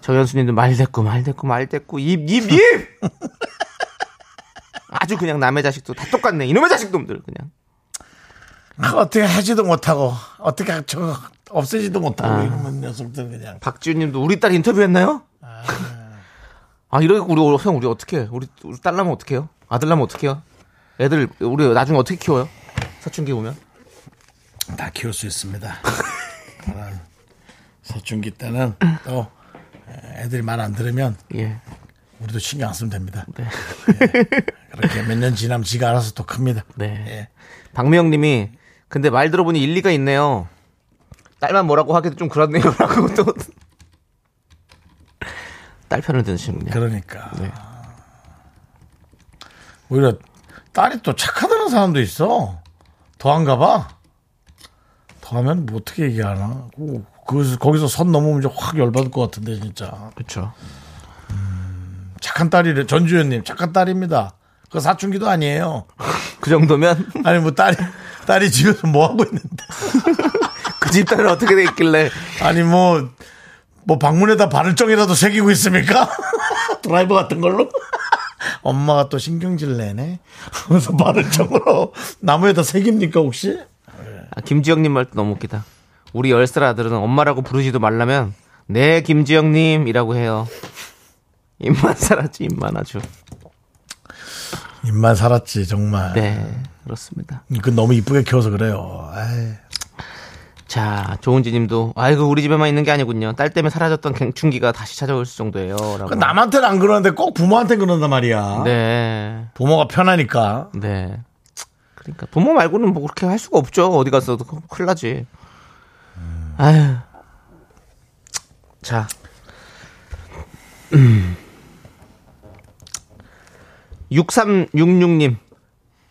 S3: 정현수님도 말 됐고 말 됐고 말 됐고 입 입 입. 아주 그냥 남의 자식도 다 똑같네. 이놈의 자식놈들 그냥.
S2: 그 어떻게 하지도 못하고 어떻게 저 없애지도 못하고
S3: 아.
S2: 이런 녀석들 그냥
S3: 박지훈님도 우리 딸 인터뷰했나요? 아 이러고 우리 형 우리 어떻게 해? 우리 우리 딸 나면 어떻게 해요? 아들 나면 어떻게 해요? 애들 우리 나중에 어떻게 키워요? 사춘기 오면
S2: 다 키울 수 있습니다. 저는 사춘기 때는 또 애들이 말 안 들으면
S3: 음. 예. 네.
S2: 우리도 신경 안 쓰면 됩니다. 예. 그렇게 몇 년 지나면 지가 알아서 또 큽니다.
S3: 네.
S2: 예.
S3: 박미영님이 근데 말 들어보니 일리가 있네요. 딸만 뭐라고 하기도 좀 그렇네요라고 또. 딸 편을 드시는군요.
S2: 그러니까 오히려 딸이 또 착하다는 사람도 있어. 더한가 봐. 더하면 뭐 어떻게 얘기하나. 오, 거기서, 거기서 선 넘으면 이제 확 열받을 것 같은데 진짜. 음,
S3: 그렇죠.
S2: 착한 딸이래 전주현님 착한 딸입니다. 그 사춘기도 아니에요.
S3: 그 정도면
S2: 아니 뭐 딸이 딸이 집에서 뭐 하고 있는데.
S3: 그 집단은 어떻게 돼 있길래
S2: 아니 뭐 뭐 방문에다 바늘종이라도 새기고 있습니까? 드라이버 같은 걸로? 엄마가 또 신경질 내네. 그래서 바늘종으로 나무에다 새깁니까 혹시?
S3: 아, 김지영님 말도 너무 웃기다. 우리 열살 아들은 엄마라고 부르지도 말라면 네 김지영님이라고 해요. 입만 살았지 입만 아주.
S2: 입만 살았지 정말.
S3: 네 그렇습니다.
S2: 그 너무 이쁘게 키워서 그래요. 아이,
S3: 자 조은지님도 아이고 우리 집에만 있는 게 아니군요. 딸 때문에 사라졌던 갱충기가 다시 찾아올 정도예요.라고.
S2: 그 남한테는 안 그러는데 꼭 부모한테 그런단 말이야.
S3: 네
S2: 부모가 편하니까.
S3: 네. 그러니까 부모 말고는 뭐 그렇게 할 수가 없죠. 어디 가서도 큰- 큰일 나지. 아휴. 자. 음. 6366님.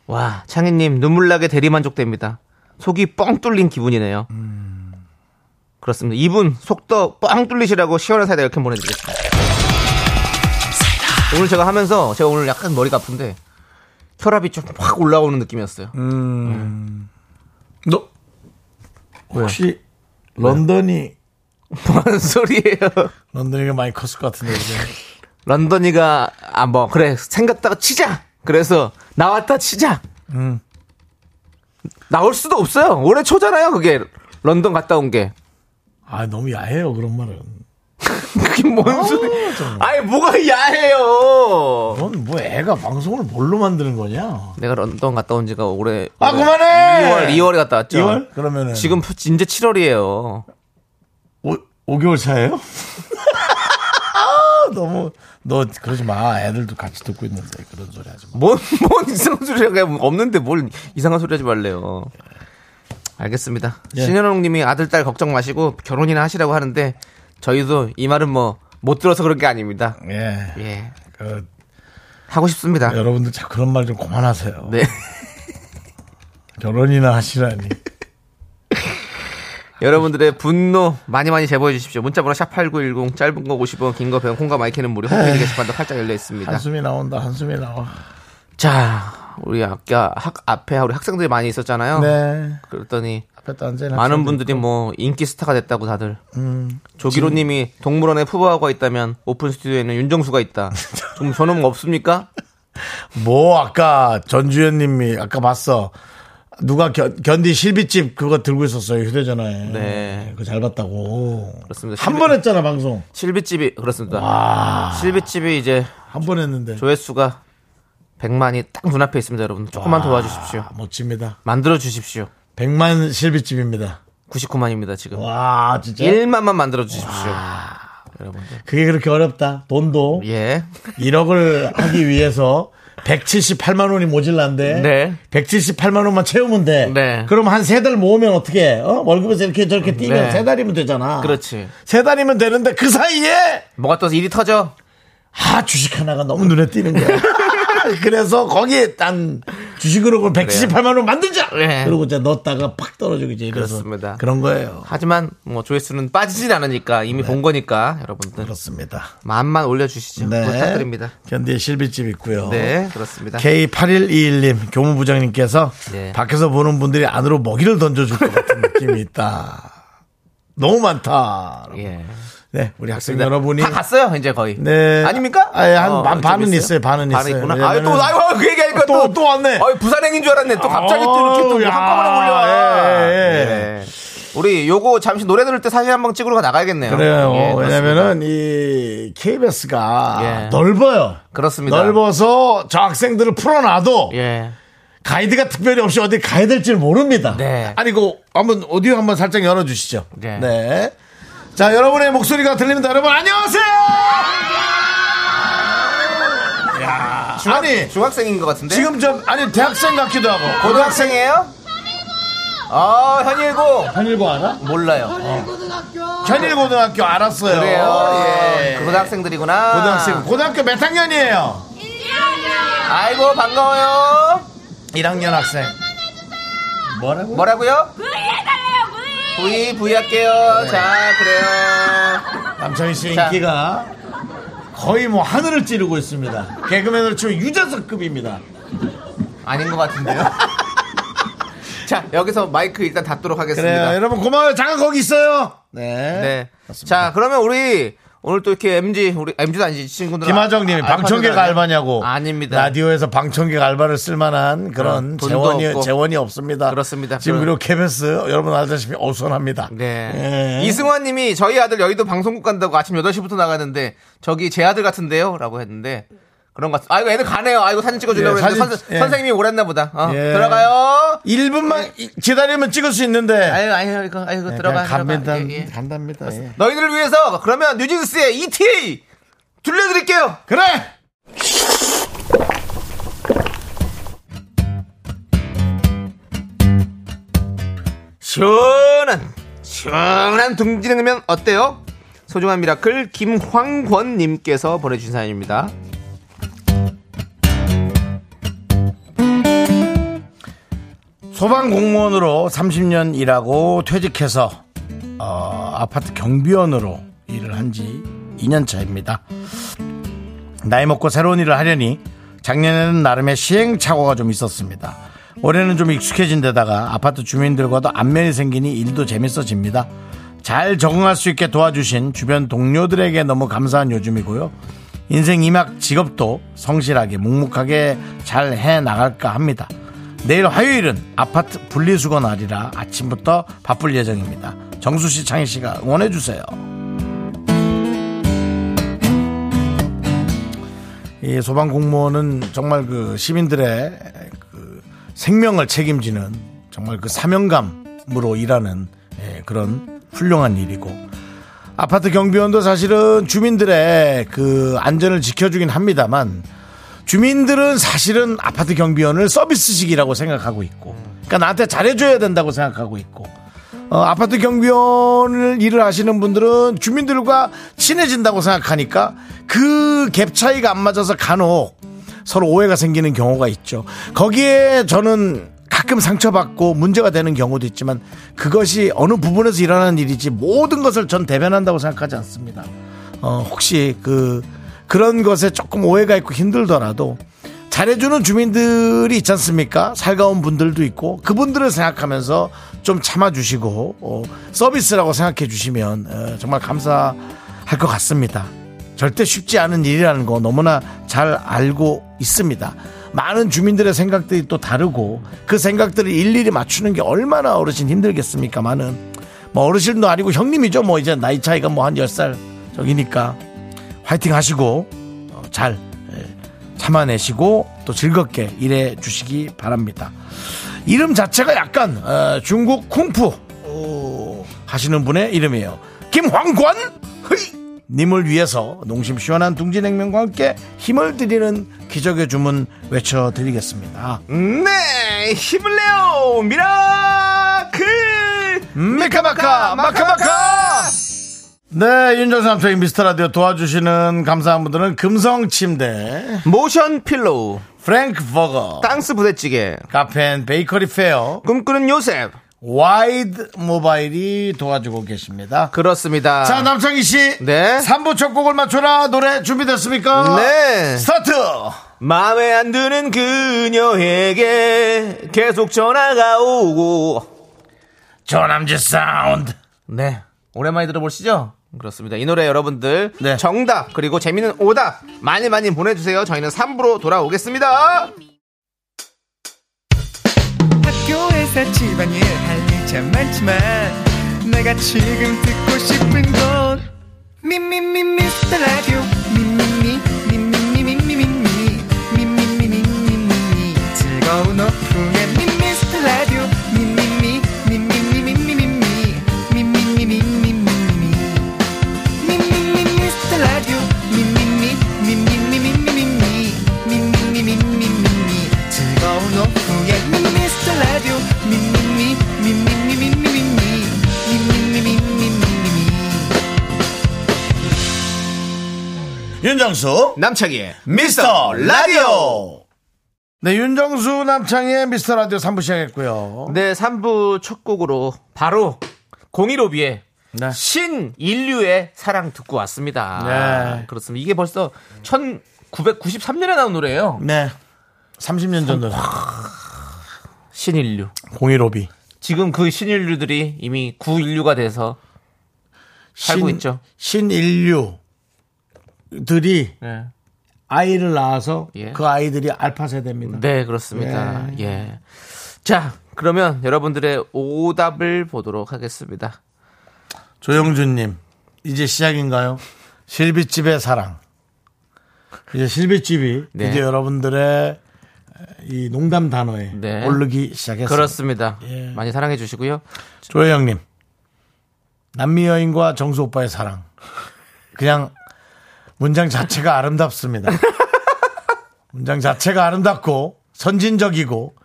S3: 와, 아, 창희님, 눈물나게 대리만족됩니다. 속이 뻥 뚫린 기분이네요. 그렇습니다. 이분, 속도 뻥 뚫리시라고 시원한 사이다 이렇게 보내드리겠습니다. 오늘 제가 하면서, 제가 오늘 약간 머리가 아픈데, 혈압이 좀 확 올라오는 느낌이었어요.
S2: 너 혹시 런던이
S3: 뭔 소리예요?
S2: 런던이가 많이 컸을 것 같은데 이제
S3: 런던이가 아 뭐 그래 생각다가 치자. 그래서 나왔다 치자. 나올 수도 없어요. 올해 초잖아요. 그게 런던 갔다 온 게.
S2: 아 너무 야해요 그런 말은
S3: 그게
S2: 아,
S3: 뭔 소리? 아니 뭐가 야해요.
S2: 넌 뭐 애가 방송을 뭘로 만드는 거냐
S3: 내가 런던 갔다 온 지가 올해
S2: 아, 그만해!
S3: 2월 2월에 갔다 왔죠.
S2: 2월? 그러면은
S3: 지금 이제 7월이에요.
S2: 오, 5개월 차예요? 아, 너무 너 그러지 마 애들도 같이 듣고 있는데 그런 소리 하지 마
S3: 뭔, 뭔 이상한 소리가 없는데 뭘 이상한 소리 하지 말래요. 알겠습니다.
S2: 예.
S3: 신현웅 님이 아들, 딸 걱정 마시고 결혼이나 하시라고 하는데 저희도 이 말은 뭐 못 들어서 그런 게 아닙니다.
S2: 예.
S3: 예.
S2: 그,
S3: 하고 싶습니다.
S2: 여러분들 참 그런 말 좀 그만하세요
S3: 네.
S2: 결혼이나 하시라니
S3: 여러분들의 분노 많이 많이 제보해 주십시오. 문자번호 샵8910 짧은 거 50원, 긴 거 100원, 콩과 마이크는 무료. 홈페이지 게시판도 활짝 열려 있습니다.
S2: 한숨이 나온다 한숨이 나와
S3: 자, 우리 아까 학, 앞에 우리 학생들이 많이 있었잖아요.
S2: 네
S3: 그랬더니
S2: 앞에 또 앉아있는
S3: 어. 많은
S2: 학생들.
S3: 분들이 뭐 인기 스타가 됐다고 다들. 음, 조기로님이 동물원에 푸바오가 있다면 오픈 스튜디오에는 윤정수가 있다. 좀 저놈 없습니까?
S2: 뭐 아까 전주현님이 아까 봤어. 누가 견, 견디 실비집 그거 들고 있었어요 휴대전화에.
S3: 네.
S2: 그거 잘 봤다고.
S3: 그렇습니다.
S2: 한 번 했잖아 방송.
S3: 실비집이 그렇습니다.
S2: 아,
S3: 실비집이 이제
S2: 한 번 했는데.
S3: 조회수가 100만이 딱 눈앞에 있습니다, 여러분. 조금만 도와주십시오.
S2: 아, 멋집니다.
S3: 만들어 주십시오.
S2: 백만 실비집입니다.
S3: 99만입니다, 지금.
S2: 와 진짜.
S3: 1만만 만들어 주십시오. 여러분들.
S2: 그게 그렇게 어렵다. 돈도
S3: 예.
S2: 1억을 하기 위해서 178만 원이 모질란데
S3: 네.
S2: 178만 원만 채우면 돼.
S3: 네.
S2: 그럼 한 세 달 모으면 어떻게 해? 어? 월급에서 이렇게 저렇게 뛰면
S3: 네.
S2: 세 달이면 되잖아.
S3: 그렇지.
S2: 세 달이면 되는데 그 사이에
S3: 뭐가 또 일이 터져?
S2: 아 주식 하나가 너무 눈에 띄는 거야. 그래서 거기에 딴 주식으로 그걸 178만 원 만들자.
S3: 네.
S2: 그러고 이제 넣었다가 팍 떨어지고 이제 이래서
S3: 그렇습니다.
S2: 그런 거예요.
S3: 하지만 뭐 조회수는 빠지진 않으니까 이미 본 거니까 여러분들
S2: 그렇습니다.
S3: 마음만 올려주시죠.
S2: 네.
S3: 부탁드립니다.
S2: 견디의 실비집 있고요.
S3: 네, 그렇습니다.
S2: K8121님 교무부장님께서
S3: 네.
S2: 밖에서 보는 분들이 안으로 먹이를 던져줄 것 같은 느낌이 있다. 너무 많다.
S3: 예.
S2: 네, 우리 학생 여러분이
S3: 다 갔어요, 이제 거의.
S2: 네.
S3: 아닙니까?
S2: 아, 예, 한 반-
S3: 좀
S2: 반은 있어요, 반은 있어요.
S3: 있구나.
S2: 왜냐면은-
S3: 아, 또, 아유, 아유, 그 얘기하니까
S2: 또-
S3: 또.
S2: 또 왔네.
S3: 아유, 부산행인 줄 알았네. 또 갑자기 또 이렇게 또
S2: 아우, 야.
S3: 한꺼번에 몰려와.
S2: 예, 예, 예.
S3: 네. 우리 요거 잠시 노래 들을 때 사진 한번 찍으러 나가야겠네요.
S2: 그래요. 어,
S3: 예, 그렇습니다.
S2: 왜냐면은 이 KBS가
S3: 예.
S2: 넓어요.
S3: 그렇습니다.
S2: 넓어서 저 학생들을 풀어놔도
S3: 예.
S2: 가이드가 특별히 없이 어디 가야 될지 모릅니다.
S3: 네.
S2: 아니 그 한번 오디오 한번 살짝 열어주시죠.
S3: 네.
S2: 자 여러분의 목소리가 들립니다. 여러분 안녕하세요. 야, 아니
S3: 중학생인 네? 것 같은데.
S2: 지금 좀 아니 대학생 같기도 하고
S3: 고등학생이에요? 아, 현일고.
S2: 현일고 알아?
S3: 몰라요.
S2: 현일고등학교 알았어요.
S3: 그래요.
S2: 예.
S3: 그 고등학생들이구나.
S2: 고등학생 고등학교 몇 학년이에요?
S3: 아이고, 반가워요.
S2: 1학년 학생. 뭐라고?
S3: 뭐라고요?
S4: 해달래요 V
S3: 부이, 부이 할게요.
S2: 네.
S3: 자, 그래요.
S2: 남창희 씨의
S3: 자.
S2: 인기가 거의 뭐 하늘을 찌르고 있습니다. 개그맨으로 치면 유재석급입니다.
S3: 아닌 것 같은데요. 자, 여기서 마이크 일단 닫도록 하겠습니다.
S2: 그래요. 여러분 고마워요. 잠깐 거기 있어요. 네.
S3: 네. 자, 그러면 우리 오늘 또 이렇게 MG, 우리 MG도 아니지 친구들.
S2: 김하정님이 방청객 알바냐고.
S3: 아닙니다.
S2: 라디오에서 방청객 알바를 쓸만한 그런
S3: 어, 돈도
S2: 재원이
S3: 없고.
S2: 재원이 없습니다.
S3: 그렇습니다.
S2: 지금
S3: 그런-
S2: 그리고 KBS 여러분 알다시피 어선합니다.
S3: 네.
S2: 예.
S3: 이승환 님이 저희 아들 여의도 방송국 간다고 아침 8시부터 나가는데 저기 제 아들 같은데요? 라고 했는데 그런 것 같아요. 아이고, 애들 가네요. 아이고, 사진 찍어주려고
S2: 예,
S3: 했는데
S2: 사진-
S3: 선,
S2: 예.
S3: 선생님이 오랬나 보다. 어,
S2: 예.
S3: 들어가요.
S2: 1분만 기다리면 찍을 수 있는데.
S3: 네. 아유, 아유, 이거, 아이고,
S2: 네,
S3: 들어가.
S2: 그냥 갑니다.
S3: 들어가. 예, 예.
S2: 간답니다. 예.
S3: 너희들을 위해서 그러면 뉴진스의 ETA 들려드릴게요.
S2: 그래.
S3: 시원한 시원한 등지냉면 어때요? 소중한 미라클 김황권님께서 보내주신 사연입니다.
S2: 소방 공무원으로 30년 일하고 퇴직해서 어, 아파트 경비원으로 일을 한 지 2년 차입니다. 나이 먹고 새로운 일을 하려니 작년에는 나름의 시행착오가 좀 있었습니다. 올해는 좀 익숙해진 데다가 아파트 주민들과도 안면이 생기니 일도 재밌어집니다. 잘 적응할 수 있게 도와주신 주변 동료들에게 너무 감사한 요즘이고요. 인생 이막 직업도 성실하게 묵묵하게 잘 해 나갈까 합니다. 내일 화요일은 아파트 분리수거 날이라 아침부터 바쁠 예정입니다. 정수 씨, 창희 씨가 응원해 주세요. 이 소방 공무원은 정말 그 시민들의 그 생명을 책임지는 정말 그 사명감으로 일하는 예, 그런 훌륭한 일이고 아파트 경비원도 사실은 주민들의 그 안전을 지켜주긴 합니다만 주민들은 사실은 아파트 경비원을 서비스직이라고 생각하고 있고 그러니까 나한테 잘해줘야 된다고 생각하고 있고 어, 아파트 경비원을 일을 하시는 분들은 주민들과 친해진다고 생각하니까 그 갭 차이가 안 맞아서 간혹 서로 오해가 생기는 경우가 있죠. 거기에 저는 가끔 상처받고 문제가 되는 경우도 있지만 그것이 어느 부분에서 일어나는 일이지 모든 것을 전 대변한다고 생각하지 않습니다. 어, 혹시 그 그런 것에 조금 오해가 있고 힘들더라도 잘해주는 주민들이 있지 않습니까? 살가운 분들도 있고 그분들을 생각하면서 좀 참아주시고 어, 서비스라고 생각해 주시면 어, 정말 감사할 것 같습니다. 절대 쉽지 않은 일이라는 거 너무나 잘 알고 있습니다. 많은 주민들의 생각들이 또 다르고 그 생각들을 일일이 맞추는 게 얼마나 어르신 힘들겠습니까? 많은 뭐 어르신도 아니고 형님이죠. 뭐 이제 나이 차이가 뭐 한 10살 저기니까 화이팅 하시고 어, 잘 예, 참아내시고 또 즐겁게 일해 주시기 바랍니다. 이름 자체가 약간 어, 중국 쿵푸 어, 하시는 분의 이름이에요. 김황권. 헤이! 님을 위해서 농심 시원한 둥지냉면과 함께 힘을 드리는 기적의 주문 외쳐드리겠습니다.
S3: 네 힘을 내요 미라클
S2: 미카마카 마카마카 네 윤정수 남창의 미스터라디오 도와주시는 감사한 분들은 금성침대
S3: 모션 필로우
S2: 프랭크 버거
S3: 땅스 부대찌개
S2: 카페인 베이커리 페어
S3: 꿈꾸는 요셉
S2: 와이드 모바일이 도와주고 계십니다
S3: 그렇습니다
S2: 자 남창희씨
S3: 아. 네.
S2: 3부 첫 곡을 맞춰라 노래 준비됐습니까
S3: 네
S2: 스타트
S3: 마음에 안 드는 그녀에게 계속 전화가 오고
S2: 조남지 사운드
S3: 네 오랜만에 들어보시죠 그렇습니다 이 노래 여러분들
S2: 네.
S3: 정답 그리고 재밌는 오답 많이 많이 보내주세요 저희는 3부로 돌아오겠습니다
S7: 학교에서 집안일 할 일 참 많지만 내가 지금 듣고 싶은 건 미미미 미스터 라디오 미미미 미미미 미미미 미미미 미미미 미미미 즐거운 오후에 미스터 라디오 미미미 미미미 미미미 미미미 미미미 미미미
S2: 윤정수
S3: 남창희의
S2: 미스터 라디오 네 윤정수 남창희의 미스터 라디오 3부 시작했고요
S3: 네 3부 첫 곡으로 바로 015B의
S2: 네.
S3: 신인류의 사랑 듣고 왔습니다.
S2: 네.
S3: 그렇습니다. 이게 벌써 1993년에 나온 노래예요.
S2: 네 30년 전 노래
S3: 신인류.
S2: 015B
S3: 지금 그 신인류들이 이미 구인류가 돼서 살고 있죠.
S2: 신인류들이
S3: 네,
S2: 아이를 낳아서
S3: 예.
S2: 그 아이들이 알파 세대입니다.
S3: 네, 그렇습니다. 예. 자, 그러면 여러분들의 오답을 보도록 하겠습니다.
S2: 조영준님 이제 시작인가요? 실비집의 사랑. 이제 실비집이
S3: 네.
S2: 이제 여러분들의 이 농담 단어에
S3: 네.
S2: 오르기 시작했어요.
S3: 그렇습니다.
S2: 예.
S3: 많이 사랑해 주시고요.
S2: 조혜영님 남미 여인과 정수 오빠의 사랑. 그냥 문장 자체가 아름답습니다. 문장 자체가 아름답고 선진적이고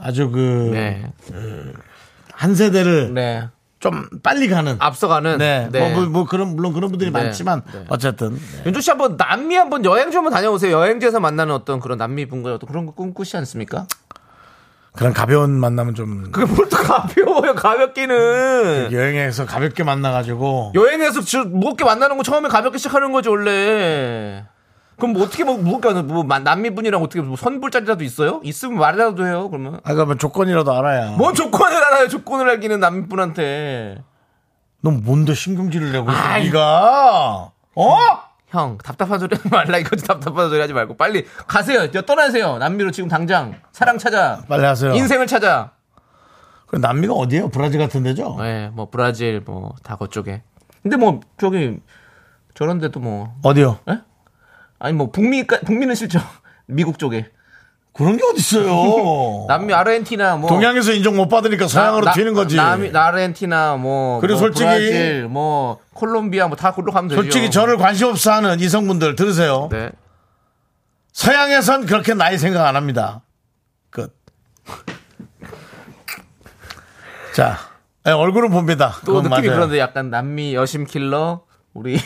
S2: 아주 그 한
S3: 네,
S2: 세대를
S3: 네.
S2: 좀 빨리 가는.
S3: 앞서가는
S2: 네.
S3: 네.
S2: 뭐, 뭐, 뭐 그런 물론 그런 분들이
S3: 네.
S2: 많지만
S3: 네.
S2: 어쨌든 네.
S3: 윤주 씨 한번 남미 한번 여행 좀 한번 다녀오세요. 여행지에서 만나는 어떤 그런 남미 분과 어떤 그런 거 꿈꾸시지 않습니까?
S2: 그런 가벼운 만남은 좀
S3: 그게 뭘 또 가벼워요, 가볍기는.
S2: 여행에서 가볍게 만나가지고
S3: 여행에서 주- 무겁게 만나는 거 처음에 가볍게 시작하는 거죠, 원래. 그럼 뭐 어떻게 뭐 무겁게 하는, 뭐 마- 남미 분이랑 어떻게 뭐 선불짜리라도 있어요? 있으면 말이라도 해요, 그러면.
S2: 아 그러면 조건이라도 알아야.
S3: 뭔 조건을 알아요, 조건을 알기는 남미 분한테.
S2: 넌 뭔데 신경질을 내고 있어? 네가 어?
S3: 형, 답답한 소리 하지 말라, 이거지. 답답한 소리 하지 말고. 빨리 가세요. 뛰어 떠나세요. 남미로 지금 당장. 사랑 찾아.
S2: 빨리 하세요.
S3: 인생을 찾아.
S2: 그 남미가 어디예요? 브라질 같은 데죠?
S3: 예, 뭐 브라질 뭐 다 그쪽에. 근데 뭐 저기 저런 데도 뭐
S2: 어디요?
S3: 예? 아니 뭐 북미 북미는 싫죠. 미국 쪽에.
S2: 그런 게 어디 있어요?
S3: 남미 아르헨티나 뭐
S2: 동양에서 인정 못 받으니까 서양으로
S3: 나-
S2: 튀는 거지.
S3: 남미 아르헨티나 뭐
S2: 그리고
S3: 뭐
S2: 솔직히-
S3: 브라질 뭐 콜롬비아 뭐 다 그로 가면 되죠.
S2: 솔직히 저를 관심 없어 하는 이성분들 들으세요.
S3: 네.
S2: 서양에선 그렇게 나이 생각 안 합니다. 끝. 자, 예, 얼굴은 봅니다.
S3: 또
S2: 그건
S3: 느낌이
S2: 맞아요.
S3: 그런데 약간 남미 여심 킬러 우리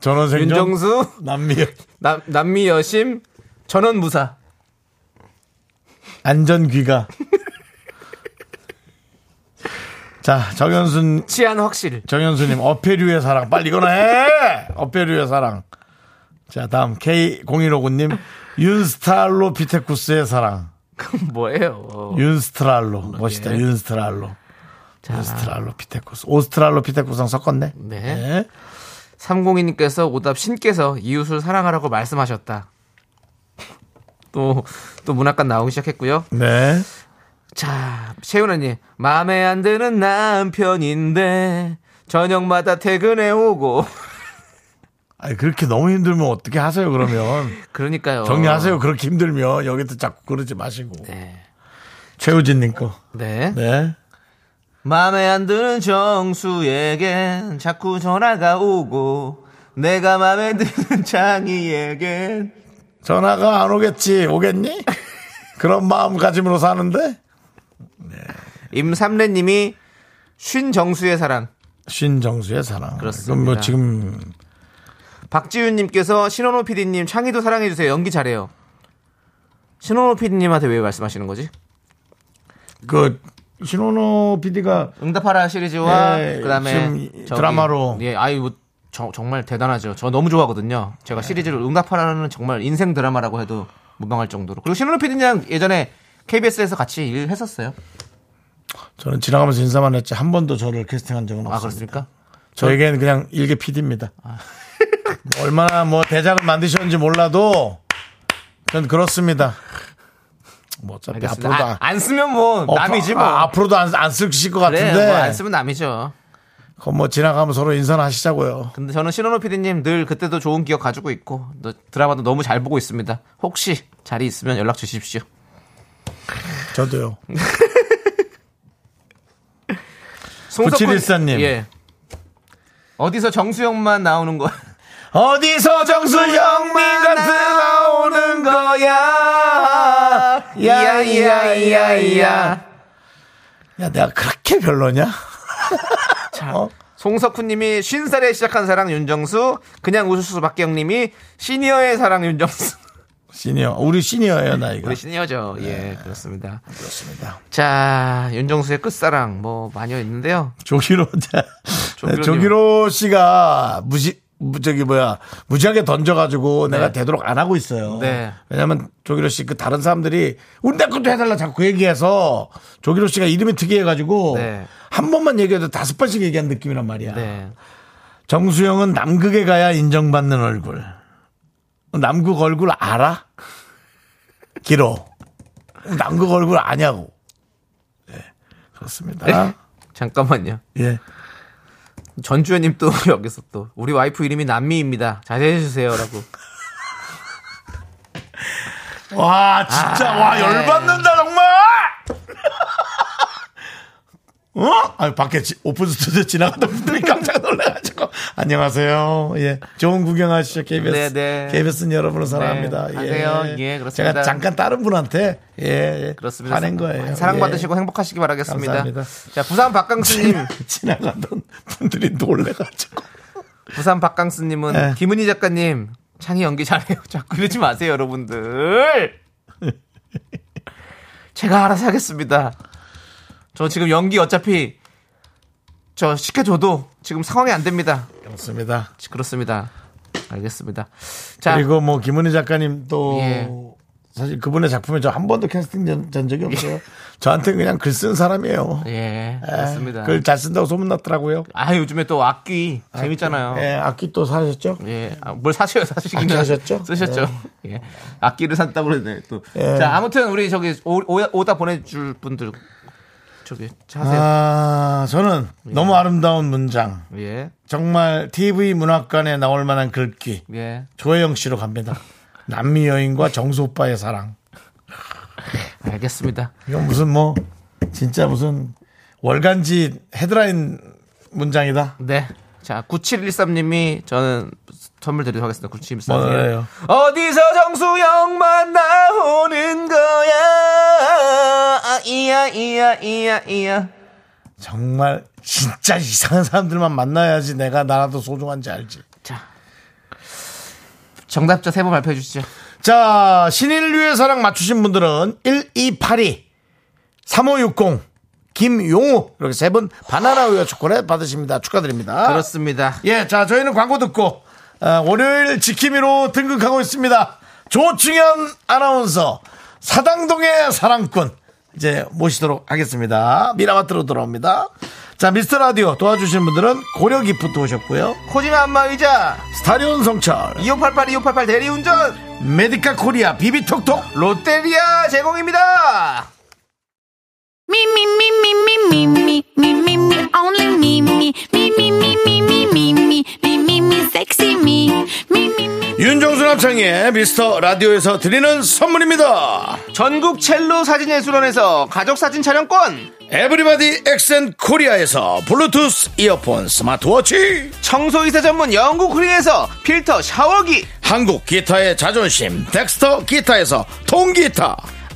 S2: 전원생존
S3: 윤정수
S2: 남미
S3: 남, 남미 여심 전원 무사.
S2: 안전귀가. 자, 정현순
S3: 치안 확실.
S2: 정현수님 어패류의 사랑 빨리 이거나 해 어패류의 사랑 자 다음 K0159님 윤스트랄로 피테쿠스의 사랑
S3: 그건 뭐예요?
S2: 윤스트랄로 멋있다
S3: 예.
S2: 윤스트랄로 윤스트랄로 피테쿠스 오스트랄로 피테쿠스랑 섞었네
S3: 네.
S2: 네.
S3: 302님께서 오답 신께서 이웃을 사랑하라고 말씀하셨다. 또, 또 문학관 나오기 시작했고요.
S2: 네.
S3: 자, 최윤아님. 마음에 안 드는 남편인데, 저녁마다 퇴근해 오고.
S2: 아니 그렇게 너무 힘들면 어떻게 하세요 그러면
S3: 그러니까요.
S2: 정리하세요 그렇게 힘들면 여기도 자꾸 그러지 마시고
S3: 네.
S2: 최우진님 거네
S3: 네. 마음에 안 드는 정수에겐 자꾸 전화가 오고, 내가 마음에 드는 장이에겐
S2: 전화가 안 오겠지. 오겠니? 그런 마음가짐으로 사는데?
S3: 임삼례님이 쉰 정수의 사랑
S2: 신정수의 사랑.
S3: 그렇습니다.
S2: 그럼 뭐 지금
S3: 박지윤님께서 신원호 PD님 창의도 사랑해주세요 연기 잘해요 신원호 PD님한테 왜 말씀하시는 거지?
S2: 그 신원호 PD가
S3: 응답하라 시리즈와
S2: 예,
S3: 그다음에
S2: 지금
S3: 저기,
S2: 드라마로.
S3: 예 아이 뭐 저- 정말 대단하죠 저 너무 좋아하거든요
S2: 네.
S3: 제가 시리즈를 응답하라는 정말 인생 드라마라고 해도 무방할 정도로 그리고 신원호 PD님 예전에 KBS에서 같이 일했었어요
S2: 저는 지나가면서 인사만 했지 한 번도 저를 캐스팅한 적은
S3: 아
S2: 없습니다.
S3: 그렇습니까? 아.
S2: 저에게는 그냥 일개 PD입니다. 얼마나 뭐 대작을 만드셨는지 몰라도 전 그렇습니다. 뭐 어차피
S3: 알겠습니다.
S2: 앞으로도
S3: 아,
S2: 안-
S3: 안 쓰면 뭐
S2: 어,
S3: 남이지 뭐
S2: 아, 앞으로도 안 쓸실 것
S3: 그래
S2: 같은데
S3: 뭐안 쓰면 남이죠
S2: 그건 뭐 지나가면 서로 인사는 하시자고요.
S3: 근데 저는 신원호 PD님 늘 그때도 좋은 기억 가지고 있고 너- 드라마도 너무 잘 보고 있습니다. 혹시 자리 있으면 연락 주십시오.
S2: 저도요.
S3: 송석훈-
S2: 9714님.
S3: 예. 어디서 정수영만 나오는 거야?
S2: 어디서 정수영미가 들어오는 거야? 야야야야. 야 내가 그렇게 별로냐?
S3: 자,
S2: 어?
S3: 송석훈님이 신살에 시작한 사랑 윤정수, 그냥 웃을수 박경님이 시니어의 사랑 윤정수.
S2: 시니어 우리 시니어예요 나이가.
S3: 우리 네, 시니어죠. 예, 그렇습니다.
S2: 그렇습니다.
S3: 자, 윤정수의 끝사랑 뭐 많이 있는데요.
S2: 조기로
S3: 조기로님.
S2: 조기로 씨가 무지 무- 저기 뭐야 무지하게 던져가지고 내가 되도록 안 하고 있어요.
S3: 네.
S2: 왜냐면 조기로 씨 그 다른 사람들이 우리 내 것도 해달라 자꾸 그 얘기해서 조기로 씨가 이름이 특이해가지고
S3: 네.
S2: 한 번만 얘기해도 다섯 번씩 얘기한 느낌이란 말이야.
S3: 네.
S2: 정수영은 남극에 가야 인정받는 얼굴. 남극 얼굴 알아? 길어. 남극 얼굴 아냐고. 네, 그렇습니다.
S3: 잠깐만요.
S2: 예.
S3: 전주현님 또 여기서 또 우리 와이프 이름이 남미입니다. 자제해 주세요라고.
S2: 와 진짜
S3: 아.
S2: 와 열받는다 정말. 어? 아니 밖에 지- 오픈 스튜디오 지나가던 분들이 깜짝 놀라가지고 안녕하세요. 예, 좋은 구경하시죠 KBS.
S3: 네, 네.
S2: KBS는 여러분을 사랑합니다.
S3: 네, 가세요. 예, 그렇습니다.
S2: 제가 잠깐 다른 분한테 예, 예
S3: 그렇습니다.
S2: 화낸 거예요.
S3: 사랑받으시고 행복하시기 바라겠습니다.
S2: 감사합니다.
S3: 자, 부산 박강수님.
S2: 예. 지나가던 분들이 놀래가지고
S3: 부산 박강수님은
S2: 네.
S3: 김은희 작가님, 창희 연기 잘해요. 자꾸 이러지 마세요, 여러분들. 제가 알아서 하겠습니다. 저 지금 연기 어차피 저 시켜줘도 지금 상황이 안 됩니다.
S2: 그렇습니다.
S3: 그렇습니다. 알겠습니다. 자,
S2: 그리고 뭐 김은희 작가님 또
S3: 아. 예.
S2: 사실 그분의 작품에 저 한 번도 캐스팅 된, 된 적이 없어요. 저한테 는 그냥 글 쓴 사람이에요. 예,
S3: 예, 그렇습니다.
S2: 글 잘 쓴다고 소문났더라고요.
S3: 아 요즘에 또 악기 재밌잖아요.
S2: 예, 악기 또 사셨죠?
S3: 예, 아, 뭘 사셔요, 사시긴
S2: 악기 네. 사셨죠? 네.
S3: 쓰셨죠. 예, 악기를 샀다고 그러네 또.
S2: 예.
S3: 자, 아무튼 우리 저기 오, 오, 다 보내줄 분들 저기 하세요.
S2: 아, 저는 너무 아름다운 문장.
S3: 예,
S2: 정말 TV 문학관에 나올 만한 글귀.
S3: 예.
S2: 조혜영 씨로 갑니다. 남미 여인과 정수 오빠의 사랑.
S3: 알겠습니다.
S2: 이건 무슨 뭐, 진짜 무슨 월간지 헤드라인 문장이다.
S3: 네. 자, 9713님이 저는 선물 드리도록 하겠습니다. 9713. 님.
S2: 뭐예요?
S3: 어디서 정수영만 나오는 거야? 아, 이야, 이야, 이야, 이야.
S2: 정말 진짜 이상한 사람들만 만나야지 내가 나라도 소중한지 알지.
S3: 자. 정답자 세 번 발표해 주시죠.
S2: 자, 신인류의 사랑 맞추신 분들은 1282, 3560, 김용우, 이렇게 세 분 바나나 우유 초콜릿 받으십니다. 축하드립니다.
S3: 그렇습니다.
S2: 예, 자, 저희는 광고 듣고, 어, 월요일 지킴이로 등극하고 있습니다. 조충현 아나운서, 사당동의 사랑꾼, 이제 모시도록 하겠습니다. 미라마트로 돌아옵니다. 자, 미스터 라디오 도와주신 분들은 고려 기프트 오셨고요.
S3: 코지마 안마 의자
S2: 스타리온 성철,
S3: 2588 2588 대리운전
S2: 메디카 코리아, 비비톡톡,
S3: 롯데리아 제공입니다.
S6: Me, me, me, me, me, me, me, me, me, me, only me, me, me, me, me, me, me, me, me, me, me, me, sexy me. Me, me, me.
S2: 윤정수 남창의 미스터 라디오에서 드리는 선물입니다.
S3: 전국 첼로 사진예술원에서 가족사진 촬영권
S2: 에브리바디 엑센 코리아에서 블루투스 이어폰 스마트워치.
S3: 청소이사 전문 영국 크린에서 필터 샤워기
S2: 한국 기타의 자존심. 덱스터 기타에서 통기타.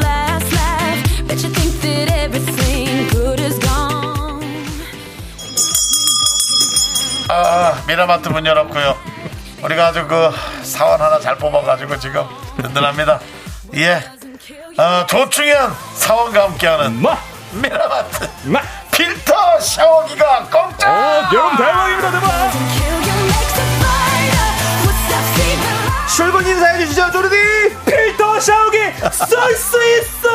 S6: last laugh. Bet you think that everything good is gone.
S2: 아, 미라마트 문 열었고요. 우리가 아주 그 사원 하나 잘 뽑아가지고 지금 든든합니다. 예. 어, 조충현 사원과 함께하는
S8: 마,
S2: 미라마트
S8: 마.
S2: 필터 샤워기가 공짜!
S8: 여러분 대박입니다 대박
S6: Kill your next fighter. What's up, Steven?
S3: 출근 인사해 주시죠 조르디
S8: 필터 아, 샤워기 쓸 수 있어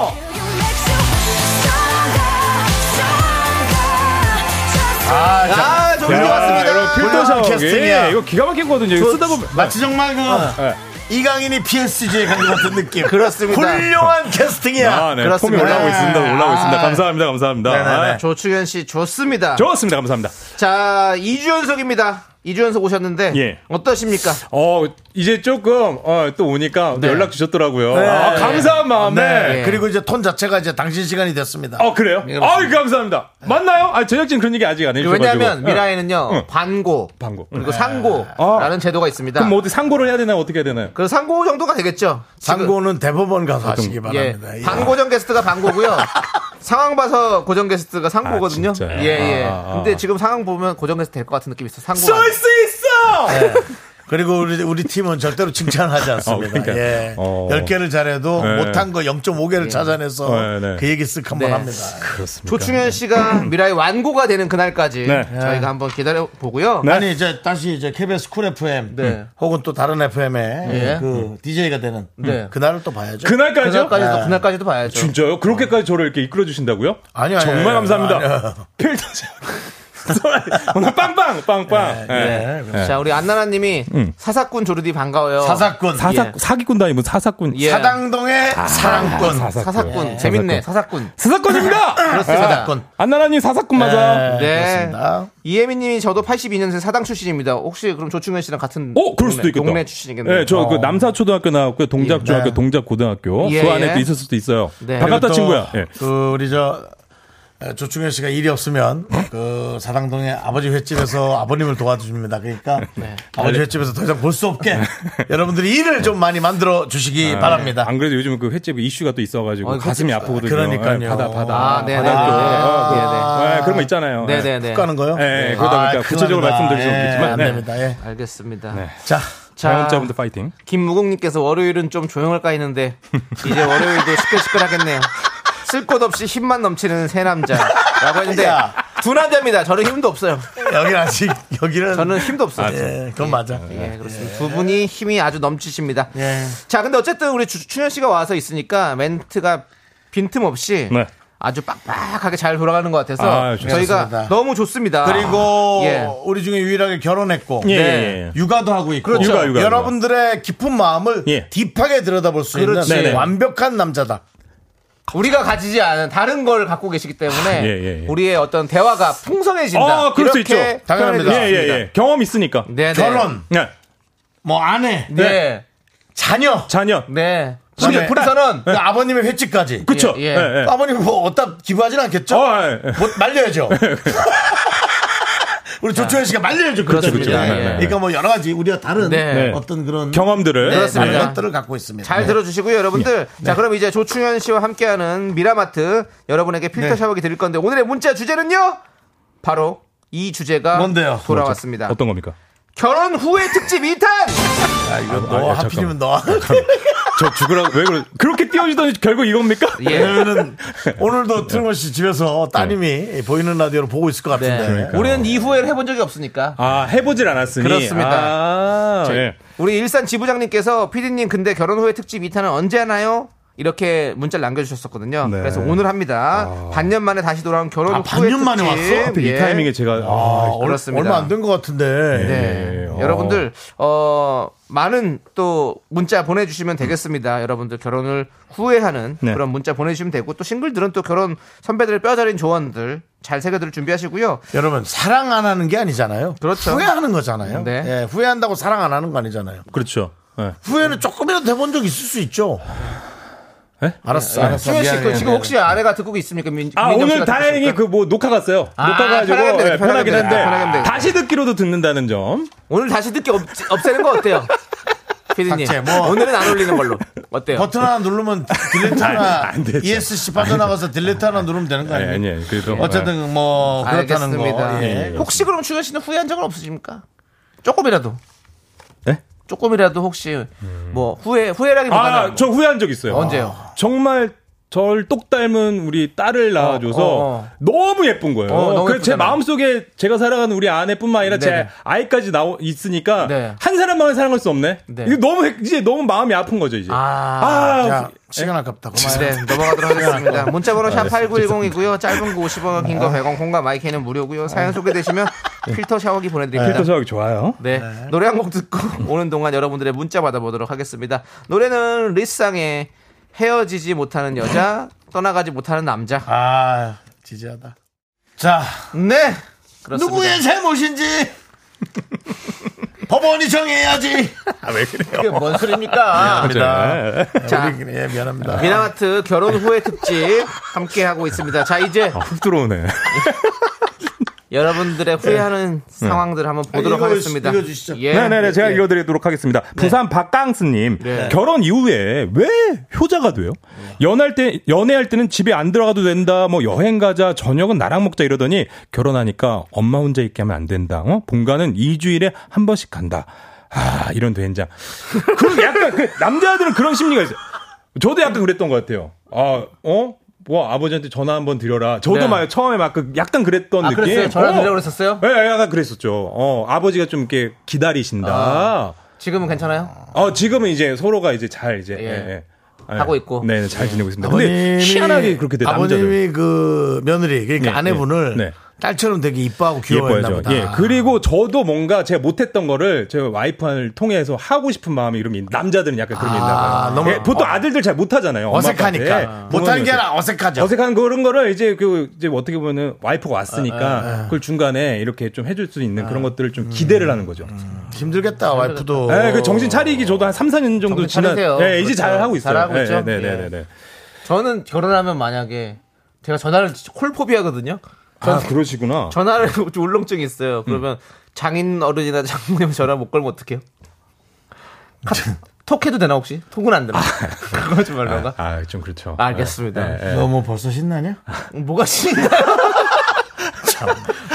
S6: Your next stronger, stronger. Just
S2: 아, 자,
S3: 아 조르디 왔습니다
S2: 필터 샤워기. 캐스팅이야.
S8: 예, 이거 기가 막힌거든요 이거 쓰다 보면
S2: 마치 정말 그
S8: 네.
S2: 이강인이 PSG에 간 것 같은 느낌.
S3: 그렇습니다.
S2: 훌륭한 캐스팅이야.
S8: 아, 네. 폼이
S3: 그렇습니다.
S8: 올라오고 있습니다. 올라오고 있습니다.
S2: 아.
S8: 감사합니다. 감사합니다.
S2: 네네네.
S8: 아,
S3: 조충현 씨 좋습니다
S8: 좋습니다. 감사합니다.
S3: 자 2주 연속입니다 2주 연속 오셨는데
S8: 예.
S3: 어떠십니까
S8: 어, 이제 조금 어, 또 오니까 또
S3: 네.
S8: 연락 주셨더라고요.
S2: 네.
S8: 아, 감사한 마음에.
S2: 네.
S3: 네.
S2: 그리고 이제 톤 자체가 이제 당신 시간이 됐습니다.
S8: 어, 그래요?
S3: 예,
S8: 아, 감사합니다. 맞나요? 아, 제작진 그런 얘기 아직 안 해주셔가지고.
S3: 왜냐하면
S8: 예.
S3: 미라에는요
S8: 응.
S3: 반고
S8: 반고.
S3: 그리고 상고라는 제도가 있습니다
S8: 그럼 뭐 어디 상고를 해야 되나요? 어떻게 해야 되나요?
S3: 그래서 상고 정도가 되겠죠 지금.
S2: 상고는 대법원 가서 하시기
S3: 예.
S2: 바랍니다. 예.
S3: 반고정 게스트가 반고고요. 상황 봐서 고정 게스트가 상고거든요.
S8: 아, 진짜요?
S3: 예, 예.
S8: 아, 아.
S3: 근데 지금 상황 보면 고정 게스트 될 것 같은 느낌이 있어. 상고.
S8: 쏠 수 있어!
S2: 그리고 우리, 우리 팀은 절대로 칭찬하지 않습니다.
S8: 어, 그러니까.
S2: 예.
S8: 어.
S2: 10개를 잘해도
S8: 네.
S2: 못한 거 0.5개를 찾아내서
S8: 네, 네.
S2: 그 얘기 쓱 한번
S3: 예. 네.
S2: 합니다.
S8: 그렇습니다.
S3: 조충현 씨가 미라의 완고가 되는 그날까지
S8: 음. 네.
S3: 저희가 한번 기다려 보고요.
S8: 네.
S2: 아니, 이제 다시 이제 KBS 쿨 FM
S3: 네.
S2: 혹은 또 다른 FM의
S3: 예.
S2: 그 DJ가 되는
S3: 네.
S2: 그날을 또 봐야죠.
S8: 그날까지요?
S3: 그날까지도 그날까지도 봐야죠.
S8: 진짜요? 그렇게까지 저를 이렇게 이끌어 주신다고요?
S2: 아니요, 아니요,
S8: 정말
S2: 아니요.
S8: 감사합니다. 필터 오늘 빵빵 빵빵. 예.
S2: 네.
S3: 자, 우리 안나나님이 사사꾼 조르디 반가워요.
S2: 사사꾼.
S8: 사사
S3: 예.
S8: 사기꾼도 아, 아니고 사사꾼.
S3: 예.
S2: 사당동의 사랑꾼.
S3: 사사꾼 재밌네. 사사꾼.
S8: 사사꾼입니다.
S3: 그렇습니다.
S2: 사사꾼.
S8: 안나라님 사사꾼 맞아.
S2: 네.
S3: 네.
S2: 그렇습니다.
S3: 이혜민님이 저도 82년생 사당 출신입니다. 혹시 그럼 조충현 씨랑 같은
S8: 어, 그럴 수도
S3: 동네,
S8: 있겠다.
S3: 동네 출신이겠네요. 어.
S8: 네, 저그 남사초등학교 나왔고요. 동작중학교,
S2: 네.
S8: 동작고등학교.
S3: 예,
S8: 그 안에
S3: 예.
S8: 또 있었을 수도 있어요.
S3: 네.
S8: 반갑다
S2: 또
S8: 친구야. 예.
S2: 그 우리 저 에, 조충현 씨가 일이 없으면
S8: 어?
S2: 그 사당동의 아버지 횟집에서 아버님을 도와줍니다.
S8: 네.
S2: 그러니까 아버지 횟집에서 더 이상 볼 수 없게 여러분들이 일을 좀 많이 만들어
S8: 아, 네.
S2: 주시기 바랍니다.
S8: 안 그래도 요즘 그 횟집 이슈가 또 있어가지고
S3: 어,
S8: 가슴이
S3: 횟집-
S8: 아프거든요.
S2: 그러니까요.
S8: 예, 바다 바다.
S3: 아, 네, 네,
S8: 바다 쪽.
S3: 네, 네.
S8: 어,
S3: 네, 네.
S8: 예, 그런 거 있잖아요. 예.
S3: 네네네.
S2: 훅 가는 거요?
S8: 예, 예, 그러다 보니까 구체적으로 말씀드릴 수는 없겠지만,
S2: 안
S8: 네.
S2: 됩니다. 아, 예.
S3: 알겠습니다.
S2: 자,
S3: 자,
S8: 자영자분들 파이팅.
S3: 김무국님께서 월요일은 좀 조용할까 했는데 이제 월요일도 시끌시끌하겠네요. 쓸 곳 없이 힘만 넘치는 새 남자라고 했는데
S2: 야.
S3: 두 남자입니다. 저는 힘도 없어요.
S2: 여기는 아직 여기는
S3: 저는 힘도 없어요.
S2: 예, 그건 맞아.
S3: 예, 그렇습니다. 두 분이 힘이 아주 넘치십니다.
S2: 예.
S3: 자, 근데 어쨌든 우리 주- 충현 씨가 와서 있으니까 멘트가 빈틈없이
S8: 네.
S3: 아주 빡빡하게 잘 돌아가는 것 같아서
S8: 아,
S3: 저희가
S2: 좋습니다.
S3: 너무 좋습니다.
S2: 그리고
S3: 예.
S2: 우리 중에 유일하게 결혼했고
S8: 예,
S3: 네.
S8: 예, 예.
S2: 육아도 하고 있고
S8: 그렇죠. 육아, 육아, 육아.
S2: 여러분들의 깊은 마음을
S8: 예.
S2: 딥하게 들여다볼 수 있는
S3: 그렇지.
S8: 네네.
S2: 완벽한 남자다.
S3: 우리가 가지지 않은 다른 걸 갖고 계시기 때문에
S2: 아,
S8: 예, 예, 예.
S3: 우리의 어떤 대화가 풍성해진다.
S8: 아, 그럴 수
S3: 이렇게
S8: 있죠.
S2: 당연합니다.
S8: 예, 예, 예. 경험 있으니까.
S3: 네, 네.
S2: 결혼,
S8: 네.
S2: 뭐 아내,
S3: 네.
S2: 자녀,
S8: 자녀.
S3: 네.
S2: 그다음에
S3: 우리 프리서는
S2: 그 아버님의 횟집까지.
S8: 그쵸.
S3: 예,
S8: 예,
S3: 예.
S8: 예.
S2: 아, 아버님 뭐 어따 기부하진 않겠죠?
S8: 어, 예, 예.
S2: 뭐 말려야죠. 우리 조초현 씨가 말려줘
S3: 그렇죠,
S2: 그렇습니다.
S3: 그렇죠. 네, 네.
S2: 그러니까 뭐 여러 가지 우리가 다른
S3: 네.
S2: 어떤 그런
S8: 경험들을.
S2: 네,
S3: 그렇습니다.
S2: 많은 것들을 갖고 있습니다.
S3: 잘
S2: 네.
S3: 들어주시고요, 여러분들. 자, 그럼 이제 조충현 씨와 함께하는 미라마트 여러분에게 필터
S2: 네.
S3: 샤워기 드릴 건데 오늘의 문자 주제는요. 바로 이 주제가
S2: 뭔데요?
S3: 돌아왔습니다.
S8: 어떤 겁니까?
S3: 결혼 후의 특집 2탄!
S2: 아, 이거
S8: 아,
S2: 너
S8: 예,
S2: 하필이면 너.
S8: 저 죽으라고 왜 그러? 그렇게 띄워주더니 결국 이겁니까?
S3: 예.
S2: 왜냐면은
S8: 네.
S2: 오늘도 틀건 씨 집에서 따님이 보이는 라디오를 보고 있을 것
S3: 네.
S2: 같은데.
S3: 우리는 이 후회를 해본 적이 없으니까.
S8: 아 해보질 않았으니.
S3: 그렇습니다.
S8: 아,
S3: 저-
S8: 예.
S3: 우리 일산 지부장님께서 피디님 근데 결혼 후에 특집 2탄은 언제 하나요? 이렇게 문자를 남겨주셨었거든요.
S8: 네.
S3: 그래서 오늘 합니다. 반년 만에 다시 돌아온 결혼
S2: 아,
S3: 후에
S2: 반년 만에
S3: 특집.
S2: 왔어?
S8: 하필 이
S3: 예.
S8: 타이밍에 제가
S2: 아,
S8: 아,
S2: 얼-
S3: 그렇습니다.
S2: 얼마 안 된 것 같은데.
S3: 네.
S8: 예, 어.
S3: 여러분들 어 많은 또 문자 보내주시면 되겠습니다. 여러분들 결혼을 후회하는
S8: 네.
S3: 그런 문자 보내주시면 되고 또 싱글들은 또 결혼 선배들의 뼈저린 조언들 잘 새겨들 준비하시고요.
S2: 여러분 사랑 안 하는 게 아니잖아요.
S3: 그렇죠.
S2: 후회하는 거잖아요.
S3: 네.
S2: 예, 후회한다고 사랑 안 하는 거 아니잖아요.
S8: 그렇죠. 예.
S2: 후회는 조금이라도 해본 적 있을 수 있죠.
S8: 에?
S2: 알았어, 알았어.
S3: 수현 씨
S2: 미안해,
S3: 그 지금
S2: 미안해.
S3: 혹시 아내가 듣고 있습니까? 민,
S8: 아
S3: 민정
S8: 오늘
S3: 씨가
S8: 다행히
S3: 듣고 있습니까?
S8: 그 뭐 녹화 갔어요.
S3: 아,
S8: 녹화 가지고
S3: 편하게 되네,
S8: 예,
S3: 편하게
S8: 편하긴
S3: 되네,
S8: 한데
S3: 편하게 되네.
S8: 다시 듣기로도 듣는다는 점.
S3: 오늘 다시 듣기 없, 없애는 거 어때요? 피디님
S2: 삭제, 뭐.
S3: 오늘은 안 올리는 걸로 어때요?
S2: 버튼 하나 누르면 딜레트
S8: 안,
S2: 하나 E
S8: 안 되죠.
S2: ESC 빠져나가서 딜레트 하나 누르면 되는 거
S8: 아니
S2: 아니에요?
S8: 아니 예, 그래도
S2: 어쨌든 뭐 그렇다는
S3: 네. 알겠습니다. 네.
S2: 거. 예.
S3: 혹시 그럼 추현 씨는 후회한 적은 없으십니까? 조금이라도.
S2: 네?
S8: 예?
S3: 조금이라도 혹시 뭐 후회 후회라기보다는
S8: 아저 후회한 적 있어요.
S3: 언제요?
S8: 정말 절 똑 닮은 우리 딸을 낳아줘서
S3: 어, 어.
S8: 너무 예쁜 거예요.
S3: 어, 너무
S8: 그래서 제
S3: 예쁘잖아.
S8: 마음속에 제가 사랑하는 우리 아내뿐만 아니라
S3: 네네.
S8: 제 아이까지 나오 있으니까
S3: 네.
S8: 한 사람만 사랑할 수 없네.
S3: 네.
S8: 이게 너무 해- 이제 너무 마음이 아픈 거죠 이제.
S3: 아.
S8: 아,
S2: 자, 시간 아깝다. 고마워요.
S3: 네, 넘어가도록 하겠습니다. 문자번호 샵 8910이고요. 짧은 거 50원, 긴 거 100원, 콩과 마이크는 무료고요. 사연 소개되시면 필터 샤워기 보내드립니다.
S8: 필터 사용이 좋아요.
S3: 네. 노래 한 곡 듣고 오는 동안 여러분들의 문자 받아보도록 하겠습니다. 노래는 리쌍의 헤어지지 못하는 여자, 떠나가지 못하는 남자.
S2: 아, 지지하다. 자,
S3: 네. 그렇습니다.
S2: 누구의 잘못인지 법원이 정해야지. 아, 왜 그래요?
S3: 이게 뭔 소리입니까?
S8: 네.
S2: 미안합니다.
S3: 자.
S2: 우리, 예, 미안합니다.
S3: 미나마트 결혼 후의 특집 함께 하고 있습니다. 자, 이제
S8: 아, 훅 들어오네.
S3: 여러분들의 후회하는 상황들 을 한번 보도록
S2: 읽어-
S3: 하겠습니다.
S2: 읽어주시죠.
S3: 예.
S8: 네네네 제가
S3: 예.
S8: 읽어드리도록 하겠습니다. 부산 박강스님
S3: 네.
S8: 결혼 이후에 왜 효자가 돼요? 연할 때 연애할 때는 집에 안 들어가도 된다. 뭐 여행 가자 저녁은 나랑 먹자 이러더니 결혼하니까 엄마 혼자 있게 하면 안 된다. 어? 본가는 2주일에 한 번씩 간다. 아 이런 된장. 그럼 약간 그 남자들은 그런 심리가 있어요. 저도 약간 그랬던 것 같아요. 아 어? 뭐 아버지한테 전화 한번 드려라. 저도
S3: 네.
S8: 막 처음에 막 그 약간 그랬던
S3: 아,
S8: 느낌.
S3: 그랬어요? 전화
S8: 어.
S3: 드리라고 그랬었어요?
S8: 예, 예, 약간 그랬었죠. 어, 아버지가 좀 이렇게 기다리신다.
S2: 아.
S3: 지금은 괜찮아요?
S8: 어, 지금은 이제 서로가 이제 잘 이제
S3: 예.
S8: 예, 예. 아,
S3: 하고 있고.
S8: 네, 네, 잘 지내고 있습니다. 근데 희한하게 그렇게 돼 남자들.
S2: 예. 아버님이 그 며느리 그러니까
S8: 네,
S2: 아내분을
S8: 네.
S2: 딸처럼 되게 이뻐하고 귀여워했나
S8: 예뻐야죠.
S2: 보다.
S8: 예. 그리고 저도 뭔가 제가 못했던 거를 제 와이프를 통해서 하고 싶은 마음이 이런 게 있- 남자들은 약간 그런 게 있나 봐요.
S2: 아, 너무-
S8: 예, 보통 아들들 잘 못하잖아요. 엄마,
S2: 어색하니까
S8: 아빠한테.
S2: 못하는 게
S8: 부모님한테.
S2: 아니라 어색하죠.
S8: 어색한 그런 거를 이제 그 이제 어떻게 보면은 와이프가
S2: 아,
S8: 왔으니까 그걸 중간에 이렇게 좀 해줄 수 있는 그런 것들을
S2: 음.
S8: 좀 기대를 하는 거죠.
S2: 힘들겠다 와이프도.
S8: 네, 그 정신 차리기 저도 한 3, 4년 정도
S3: 어. 정신
S8: 지난.
S3: 차리세요.
S8: 예, 이제
S3: 그렇죠.
S8: 잘 하고 있어요.
S3: 잘하고
S8: 예,
S3: 있죠.
S8: 네, 네,
S3: 예.
S8: 네, 네.
S3: 저는 결혼하면 만약에 제가 전화를 콜포비아거든요.
S8: 아, 그러시구나.
S3: 전화를 좀 울렁증이 있어요. 그러면 장인 어른이나 장모님 전화 못 걸면 어떡해요? 카- 톡해도 되나 혹시? 톡은 안 되나? 그거 좀 네, 말런가?
S8: 아, 좀 그렇죠.
S3: 알겠습니다.
S8: 예, 예, 예.
S2: 너뭐 벌써 신나냐?
S3: 뭐가 신이나요?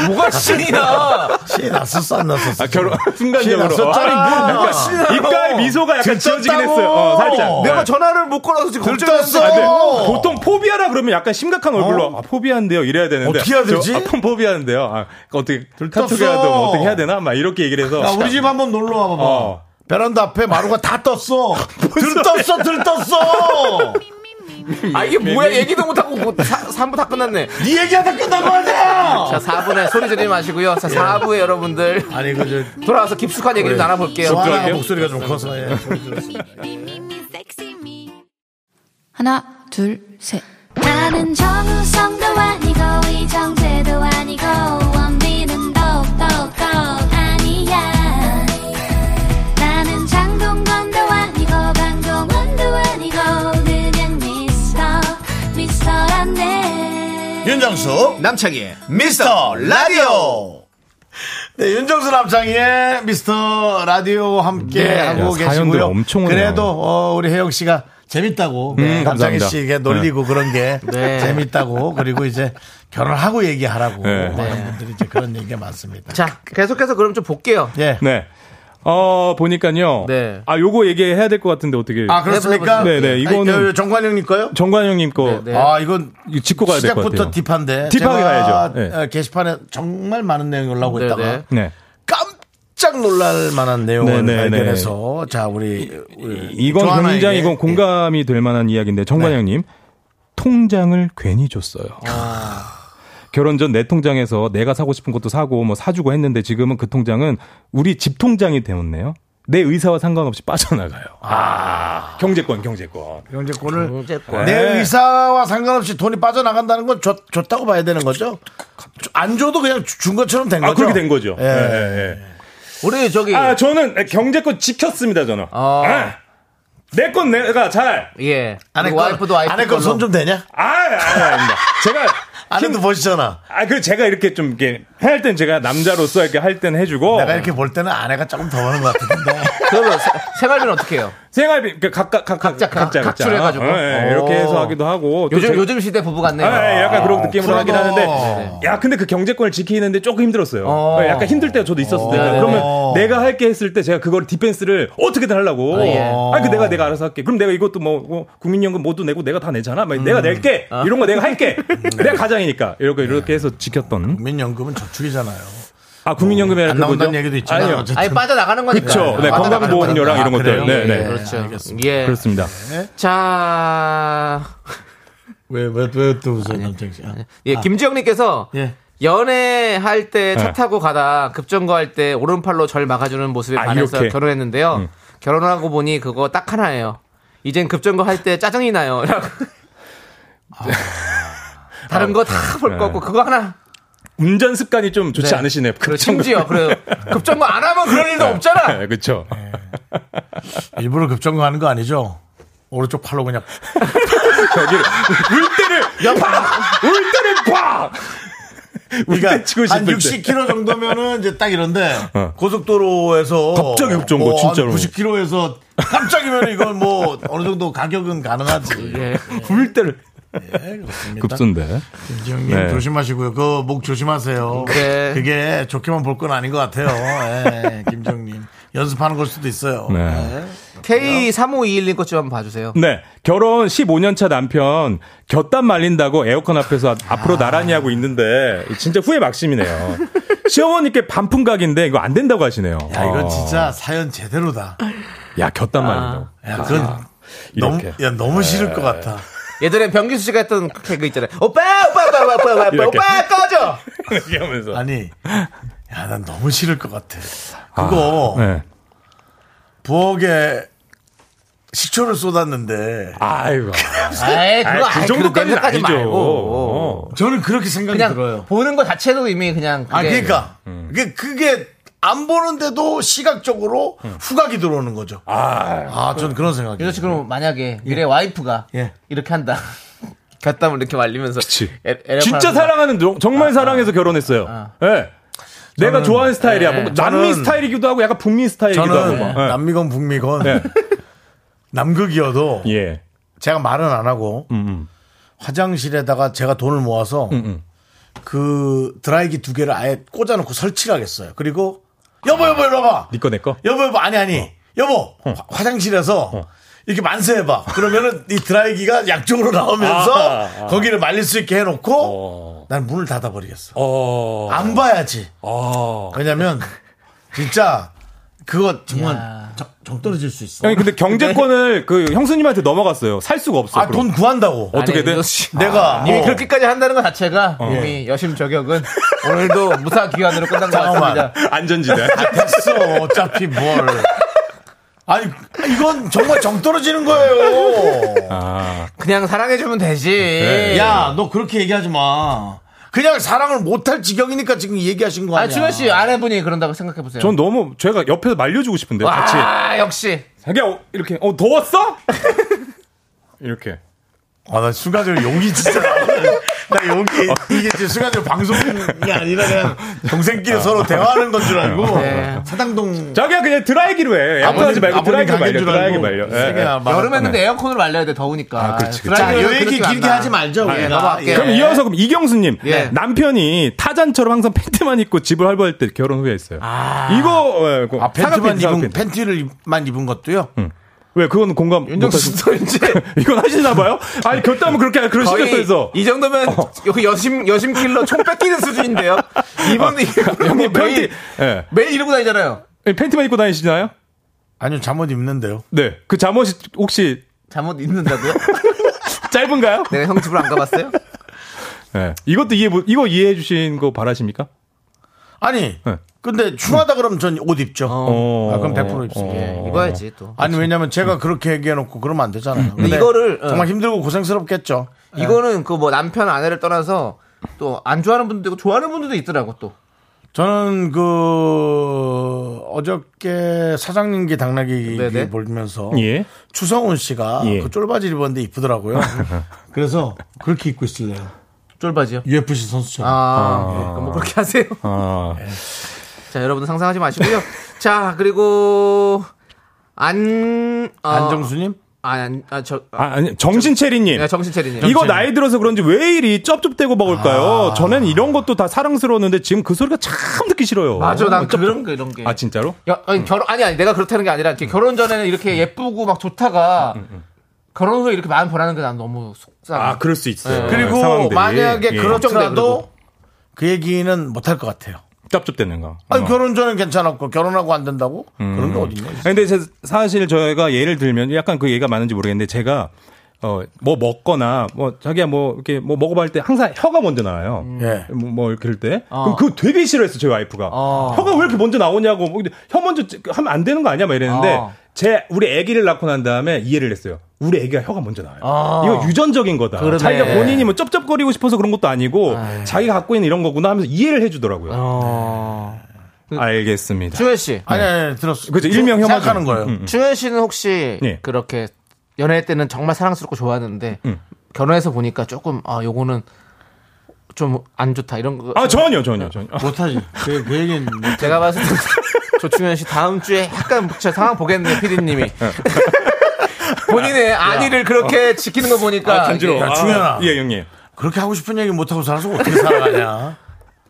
S3: 뭐가 신이나?
S2: 신 났었어 안 났었어?
S8: 아, 결혼 순간적으로.
S2: 났었잖아.
S8: 아, 약간 입가에 미소가 약간 지어지긴 했어요. 어, 살짝.
S3: 내가
S8: 예.
S3: 전화를 못 걸어서 어. 지금
S2: 들떴어.
S8: 아, 네. 보통 포비아라 그러면 약간 심각한 얼굴로 아, 포비아인데요 이래야 되는데
S2: 어떻게 해야 되지?
S8: 저, 아, 폰 포비아인데요 아, 어떻게
S2: 떴어.
S8: 카톡이라도 뭐 어떻게 해야 되나 막 이렇게 얘기를 해서
S3: 아,
S2: 야, 우리 집 한번 놀러 와봐봐.
S8: 어.
S2: 베란다 앞에 마루가 다 떴어. 들떴어, 들떴어.
S3: 아 이게 뭐야 얘기도 못하고 뭐, 사, 3부 다 끝났네
S2: 네 얘기하다 끝난 거 아니야?
S3: 자 4분에 소리 지르지 마시고요 자 4부에 여러분들
S2: 아니 그저
S3: 돌아와서 깊숙한 얘기를 나눠볼게요
S2: 소아나 목소리가 좀 커서
S8: 네.
S2: 예.
S6: 하나, 둘, 셋. 나는 정우성도 아니고, 이정재도 아니고, 원빈은 더욱더 아니야. 나는 장동건도 아니고, 방종원도 아니고, 그냥 미스터, 미스터란데.
S3: 예.
S2: 윤정수
S3: 어? 남창희의
S2: 어, 미스터 라디오 네, 윤정수 남창희의 미스터 라디오 함께
S3: 네.
S2: 하고
S8: 야, 사연들
S2: 계시고요.
S8: 엄청 오네요.
S2: 그래도 어, 우리 혜영 씨가 재밌다고 네,
S8: 음,
S2: 남창희
S8: 감사합니다.
S2: 씨에게 놀리고 그런 게
S3: 네.
S2: 재밌다고 그리고 이제 결혼하고 얘기하라고
S8: 네.
S2: 많은 분들이 이제 그런 얘기가 많습니다.
S3: 자, 계속해서 그럼 좀 볼게요.
S2: 예.
S8: 네. 어, 보니까요.
S3: 네.
S8: 아, 요거 얘기해야 될 것 같은데 어떻게.
S2: 아 그렇습니까?
S8: 네, 네, 이거는-
S2: 아니, 저 정관영님 거요?
S8: 정관영님 거.
S3: 네, 네.
S2: 아 이건
S8: 이거 짚고 가야 될 것
S2: 시작부터
S8: 같아요.
S2: 딥한데
S8: 딥하게
S2: 제가,
S8: 가야죠. 네.
S2: 어, 게시판에 정말 많은 내용이 올라오고
S3: 네,
S2: 있다가
S3: 네.
S8: 네.
S2: 깜짝 놀랄 만한 내용을
S8: 네, 네, 네.
S2: 발견해서 자 우리 우리
S8: 이건
S2: 조하나에게
S8: 굉장히 이건 공감이 될 만한 이야기인데 정관영님 통장을 괜히 줬어요. 아. 결혼 전 내 통장에서 내가 사고 싶은 것도 사고 뭐 사주고 했는데 지금은 그 통장은 우리 집 통장이 되었네요. 내 의사와 상관없이 빠져나가요. 아. 경제권, 경제권.
S2: 경제권을
S8: 네.
S3: 경제권.
S2: 내 의사와 상관없이 돈이 빠져나간다는 건 줬, 다고 봐야 되는 거죠? 주- 안 줘도 그냥 주- 준 것처럼 된 거죠?
S8: 아 그렇게 된 거죠.
S2: 예.
S8: 예, 예,
S3: 우리 저기
S8: 예. 아 저는 경제권 지켰습니다 저는.
S3: 아.
S8: 내 건 내가 잘.
S3: 예.
S2: 아내
S3: 우리
S2: 거,
S3: 와이프도 와이프
S2: 아내 거손
S3: 걸로.
S2: 좀 되냐?
S8: 아, 아, 아닙니다. 제가
S2: 아내도 보시잖아.
S8: 아, 그 제가 이렇게 좀 이렇게 할 땐 제가 남자로서 이렇게 할 땐 해주고
S2: 내가 이렇게 볼 때는 아내가 조금 더 하는 것 같은데.
S3: 그러면 세- 생활비는 어떻게 해요?
S8: 생활비 그러니까 각각 각각
S3: 각자, 각- 각출해가지고.
S8: 어, 예,
S3: 오.
S8: 이렇게 해서 하기도 하고 또
S3: 요즘
S8: 제가-
S3: 요즘 시대 부부 같네요.
S8: 예, 예, 약간 그런 느낌으로
S2: 그러다.
S8: 하긴 하는데 야 근데 그 경제권을 지키는데 조금 힘들었어요.
S3: 어.
S8: 예, 약간 힘들 때가 저도 있었어요.
S3: 네네네.
S8: 그러면 내가 할게 했을 때 제가 그걸 디펜스를 어떻게든 하려고
S3: 예.
S8: 아니 그 내가 내가 알아서 할게. 그럼 내가 이것도 뭐, 뭐 국민연금 모두 내고 내가 다 내잖아. 막
S3: 음.
S8: 내가 낼게 이런 거 내가 할게. 내가 가장이니까 이렇게 이렇게 해서 지켰던
S2: 국민연금은 저축이잖아요.
S8: 아 국민연금이라는
S2: 안
S8: 그거죠?
S2: 나온다는 얘기도 있잖아요.
S8: 아니요.
S2: 어쨌든.
S3: 아니 빠져나가는 거니까.
S8: 그쵸. 네,
S3: 빠져나가는
S2: 아,
S8: 건강보험료랑
S3: 거니까.
S8: 이런 것들.
S3: 그래요?
S8: 네, 네.
S3: 예, 그렇죠.
S2: 네, 알겠습니다.
S3: 예.
S8: 그렇습니다.
S3: 자,
S2: 왜, 왜, 왜또 웃어요, 남창 씨? 아.
S3: 예, 김지영님께서
S2: 예.
S3: 연애할 때 차
S8: 네.
S3: 타고 가다 급정거할 때 오른팔로 절 막아주는 모습에
S8: 아,
S3: 반해서
S8: 이렇게.
S3: 결혼했는데요. 결혼하고 보니 그거 딱 하나예요. 이젠 급정거할 때 짜증이 나요. 라고. 다른 거 다
S2: 아,
S3: 볼 거
S8: 네.
S3: 없고 그거 하나.
S8: 운전 습관이 좀 좋지
S3: 네.
S8: 않으시네요. 네,
S3: 그리고 심지어 그래 급정거 안 하면 그럴 일도 없잖아.
S8: 그렇죠.
S2: 일부러 급정거하는 거 아니죠? 오른쪽 팔로 그냥
S8: 저기 울 때를 팍! 울 때를 팍!
S2: 그러니까
S8: 울때 치고 싶을
S2: 한
S8: 때.
S2: 60km 정도면은 이제 딱 이런데
S8: 어.
S2: 고속도로에서
S8: 갑자기 급정거,
S2: 어,
S8: 진짜로.
S2: 90km에서 깜짝이면 이건 뭐 어느 정도 가격은 가능하지.
S3: 예.
S8: 울 때를
S2: 네, 그렇습니다.
S8: 급선데.
S2: 김지영님
S8: 네.
S2: 조심하시고요. 그 목 조심하세요.
S3: 네.
S2: 그게 좋게만 볼 건 아닌 것 같아요. 예, 김정님 연습하는 걸 수도 있어요.
S8: 네.
S3: K3521님 것 좀 한번 봐주세요.
S8: 네. 결혼 15년 차 남편 곁담 말린다고 에어컨 앞에서 아- 앞으로 나란히 하고 있는데 진짜 후회 막심이네요. 시어머니께 반품 각인데 이거 안 된다고 하시네요.
S2: 야
S8: 어.
S2: 이건 진짜 사연 제대로다.
S8: 야 곁담 말린다고.
S2: 야 그건 너무
S8: 이렇게. 네.
S2: 야 너무 싫을 것 같아.
S3: 예전에 병기수 씨가 했던 개그 있잖아요. 오빠, 오빠, 오빠, 오빠, 오빠, 오빠,
S8: 이렇게.
S3: 오빠 꺼져.
S8: 얘기하면서.
S2: 아니 야 난 너무 싫을 것 같아. 그거
S8: 네.
S2: 부엌에 식초를 쏟았는데
S8: 아이고. 아이,
S3: 에이, 그거
S8: 그
S3: 아니,
S8: 정도까지는
S3: 까지
S8: 아니죠. 어.
S3: 말고.
S2: 저는 그렇게 생각이
S3: 그냥
S2: 들어요.
S3: 보는 거 자체도 이미 그냥.
S2: 아
S3: 그게-
S2: 그러니까 그게 그게 안 보는데도 시각적으로 후각이 들어오는 거죠. 음. 아, 저는 그런 생각이.
S3: 윤정 씨 그럼 만약에 미래 와이프가
S2: 예.
S3: 이렇게 한다. 예. 곁담을 이렇게 말리면서.
S8: 그치.
S3: 에- 에어컨
S8: 진짜
S3: 앞에서.
S8: 사랑하는 노-
S3: 아,
S8: 정말 사랑해서 결혼했어요. 예. 내가 좋아하는 스타일이야.
S3: 네.
S8: 뭐 남미
S2: 저는-
S8: 스타일이기도 하고 약간 북미 스타일이기도
S2: 저는
S8: 하고. 막.
S2: 남미건 북미건
S8: 예.
S2: 남극이어도
S8: 예.
S2: 제가 말은 안 하고 화장실에다가 제가 돈을 모아서 그 드라이기 두 개를 아예 꽂아놓고 설치를 하겠어요. 그리고 여보 여보 이리 와봐.
S8: 니꺼 내 거.
S2: 여보 여보 아니 아니 여보 화- 화장실에서 이렇게 만세해봐 그러면은 이 드라이기가 양쪽으로 나오면서
S8: 아,
S2: 거기를 말릴 수 있게 해놓고 난 문을 닫아버리겠어
S8: 어.
S2: 안 봐야지
S3: 아.
S8: 어.
S2: 왜냐면 진짜 그거 정말 정, 정 떨어질 수 있어
S8: 아니 근데
S3: 네.
S8: 경제권을 그 형수님한테 넘어갔어요. 살 수가 없어.
S2: 아 돈 구한다고
S8: 어. 어떻게든.
S3: 아니, 윤정 씨.
S2: 내가
S3: 이미
S2: 뭐
S3: 그렇게까지 한다는 것 자체가 이미 여심 저격은 어. 예. 오늘도 무사 귀환으로 끝난 것 같습니다.
S8: 네. 안전지대.
S2: 됐어 어차피 뭘 아니 이건 정말 정 떨어지는 거예요
S8: 아.
S3: 그냥 사랑해주면 되지.
S8: 네.
S2: 야, 너 그렇게 얘기하지 마. 그냥 사랑을 못할 지경이니까 지금 얘기하신 거 아니야?
S3: 아니, 주현 씨 아내분이 그런다고 생각해보세요.
S8: 전 너무 제가 옆에서 말려주고 싶은데요. 같이.
S3: 아, 역시.
S8: 자기야 어, 이렇게 어 더웠어? 이렇게.
S2: 아, 나 순간적으로 용기 진짜. 나 여기
S3: 어.
S2: 이게 지금 순간적으로 방송이 아니라 그냥 동생끼리 서로 대화하는 건 줄 알고
S8: 아,
S3: 네.
S2: 사당동
S8: 자기야 그냥 드라이기로 해. 양파하지 말고 드라이기 말려. 드라이기 말려. 예, 예.
S3: 여름에 근데 에어컨을 말려야 돼 더우니까.
S8: 아, 그렇지, 그렇지.
S3: 드라이기로
S2: 요 얘기
S3: 그렇게 안
S2: 길게
S3: 나.
S2: 하지 말죠.
S3: 예,
S2: 우리가.
S3: 넘어갈게요.
S8: 그럼
S3: 예.
S8: 이어서 그럼 이경수님
S3: 예.
S8: 남편이 타잔처럼 항상 팬티만 입고 집을 활보할 때 결혼 후에 했어요.
S3: 아.
S8: 이거 예, 그거
S2: 아, 팬티만
S8: 사각팬티,
S2: 입은
S8: 사각팬티.
S2: 팬티를만 입은 것도요.
S8: 음. 왜 그건 공감 못하시-
S3: 윤정수도 이제
S8: 이건 하시나 봐요? 아니 교담은 그렇게 그런
S3: 거의
S8: 시대에서 어.
S3: 이 정도면 그 여심 여심 킬러 총 뺏기는 수준인데요. 이분 이분 뭐
S8: 아, 형님
S3: 매일
S8: 팬티 예.
S3: 매일 이러고 다니잖아요.
S8: 팬티만 입고 다니시나요?
S2: 아니요, 잠옷 입는데요.
S8: 네. 그 잠옷이 혹시
S3: 잠옷 입는다고요?
S8: 짧은가요?
S3: 내가 형 집을 안 가봤어요? 네.
S8: 예. 이것도 이해 못- 이거 이해해 주신 거 바라십니까?
S2: 아니,
S8: 네.
S2: 근데 흉하다 그러면 전 옷 입죠.
S8: 어.
S2: 아, 그럼 100% 입습니다.
S3: 예, 입어야지 또.
S2: 아니 왜냐면 제가 그렇게 얘기해놓고 그러면 안 되잖아요. 근데
S3: 이거를, 어.
S2: 정말 힘들고 고생스럽겠죠.
S8: 예.
S3: 이거는 그 뭐 남편 아내를 떠나서 또 안 좋아하는 분도 있고 좋아하는 분들도 있더라고 또.
S2: 저는 그 어저께 사장님께 당나귀
S3: 네네.
S2: 보면서
S8: 예.
S2: 추성훈 씨가
S8: 예.
S2: 그 쫄바지 를 입었는데 이쁘더라고요. 그래서 그렇게 입고 있을래요.
S3: 쫄바지요.
S2: UFC 선수처럼.
S3: 아, 예, 그럼 뭐 그렇게 하세요.
S8: 예.
S3: 예.
S8: 아.
S3: 자, 여러분들 상상하지 마시고요. 자, 그리고 안 어,
S2: 안정수님?
S3: 안안저
S8: 아, 아니 정신 체리 님.
S3: 네, 정신 차리네요. 아.
S8: 이거 나이 들어서 그런지 왜 이리 쩝쩝대고 먹을까요? 전엔 이런 것도 다 사랑스러웠는데 지금 그 소리가 참 듣기 싫어요.
S3: 맞아, 난
S8: 쩝쩝-
S3: 그런 거 이런 게.
S8: 아 진짜로?
S3: 여- 아니, 결혼 아니 아니 내가 그렇다는 게 아니라 이렇게 결혼 전에는
S8: 음.
S3: 이렇게 예쁘고 막 좋다가 결혼 후에 이렇게 마음 변하는 게 난 너무 속상해.
S8: 아 그럴 수 있어요.
S3: 네.
S2: 그리고
S8: 상황들이.
S2: 만약에
S8: 예.
S2: 네, 그렇더라도 그 얘기는 못할 것 같아요.
S8: 쩝쩝대는 거.
S2: 아니
S8: 어.
S2: 결혼 전엔 괜찮았고 결혼하고 안 된다고 그런
S3: 음.
S2: 게 어딨냐?
S8: 아니, 근데 제- 사실 저희가 예를 들면 약간 그 예가 많은지 모르겠는데 제가 어 뭐 먹거나 뭐 자기야 뭐 이렇게 뭐 먹어봐할 때 항상 혀가 먼저 나와요.
S2: 예.
S8: 뭐, 뭐 이렇게 할 때. 그럼 그거 되게 싫어했어 저희 와이프가.
S3: 어.
S8: 혀가 왜 이렇게 먼저 나오냐고. 뭐, 근데 혀 먼저 찍- 하면 안 되는 거 아니야? 막 이랬는데
S3: 어.
S8: 제 우리 아기를 낳고 난 다음에 이해를 했어요. 우리 아기가 혀가 먼저 나와요.
S3: 어.
S8: 이거 유전적인 거다.
S3: 그러네.
S8: 자기가 본인이 뭐 쩝쩝거리고 싶어서 그런 것도 아니고 자기가 갖고 있는 이런 거구나 하면서 이해를 해주더라고요. 네.
S3: 어.
S8: 알겠습니다.
S3: 주현 씨.
S2: 아니 아니 들었어.
S8: 그죠, 일명 혐오죠.
S2: 생각하는
S3: 음,
S2: 거예요.
S3: 주현 씨는 혹시
S8: 예.
S3: 그렇게 연애 때는 정말 사랑스럽고 좋았는데
S2: 음.
S3: 결혼해서 보니까 조금 아 요거는 좀 안 좋다 이런 거
S8: 아 전혀 전혀 전혀.
S2: 못하지. 그, 그 얘기는
S3: 제가 봤을 때 조충현 씨 다음 주에 약간 저 상황 보겠네요,
S2: 예.
S3: 피디님이.
S2: 아,
S3: 본인의 안위를
S2: 어.
S3: 그렇게 지키는 거 보니까 이게
S2: 야, 중현아.
S8: 예 형님.
S2: 그렇게 하고 싶은 얘기 못 하고 살아서 어떻게 살아가냐?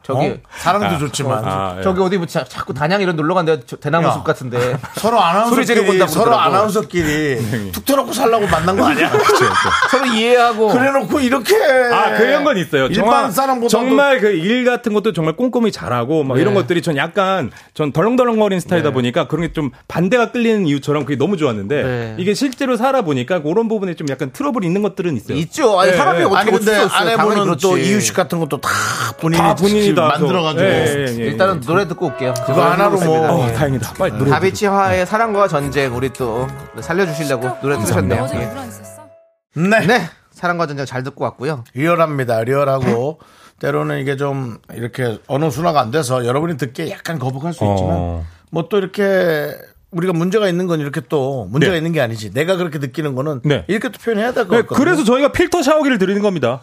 S3: 저기
S2: 어? 사랑도 좋지만
S8: 아, 예.
S3: 저기 어디 뭐 자, 자꾸 단양 이런 놀러 간데 대나무
S2: 야.
S3: 숲 같은데
S2: 서로
S3: 소리
S2: 아나운서끼리
S3: 지르고 온다고
S2: 서로
S3: 그러더라고. 네,
S2: 아나운서끼리 툭 터놓고 살라고 만난 거 아니야?
S3: 서로 이해하고
S2: 그래놓고 이렇게
S8: 아 그런 건 있어요.
S2: 네. 일반
S8: 정말,
S2: 사람보다도 네.
S8: 정말 그 일 같은 것도 정말 꼼꼼히 잘하고 막 이런 것들이 전 약간 전 덜렁덜렁거리는 스타일이다 보니까 그런 게 좀 반대가 끌리는 이유처럼 그게 너무 좋았는데
S3: 네.
S8: 이게 실제로 살아보니까 그런 부분에 좀 약간 트러블이 있는 것들은 있어요.
S3: 있죠. 아니
S8: 예,
S3: 사람이
S8: 예.
S3: 어떻게
S2: 아니 근데
S3: 어쩔 수 없어요. 당연히
S2: 아내분은 또
S3: 그렇지.
S2: 이유식 같은 것도 다 본인이,
S8: 다 아, 본인이 다
S2: 만들어가지고
S8: 예, 예, 예.
S3: 일단은 노래 듣고 올게요.
S2: 그거 하나로 뭐
S8: 어, 다행이다. 빨리 노래.
S3: 다비치화의 사랑과 전쟁 우리 또 살려주시려고 노래 들으셨네요.
S6: 어제
S3: 예.
S6: 불안 있었어?
S2: 네.
S3: 네, 사랑과 전쟁 잘 듣고 왔고요.
S2: 리얼합니다. 리얼하고 때로는 이게 좀 이렇게 언어 순화가 안 돼서 여러분이 듣기에 약간 거북할 수 있지만
S8: 어.
S2: 뭐 또 이렇게 우리가 문제가 있는 건 이렇게 또 문제가
S8: 네.
S2: 있는 게 아니지. 내가 그렇게 느끼는 거는
S8: 네.
S2: 이렇게 또 표현해야 될 것
S8: 네,
S2: 같거든요.
S8: 그래서 저희가 필터 샤워기를 드리는 겁니다.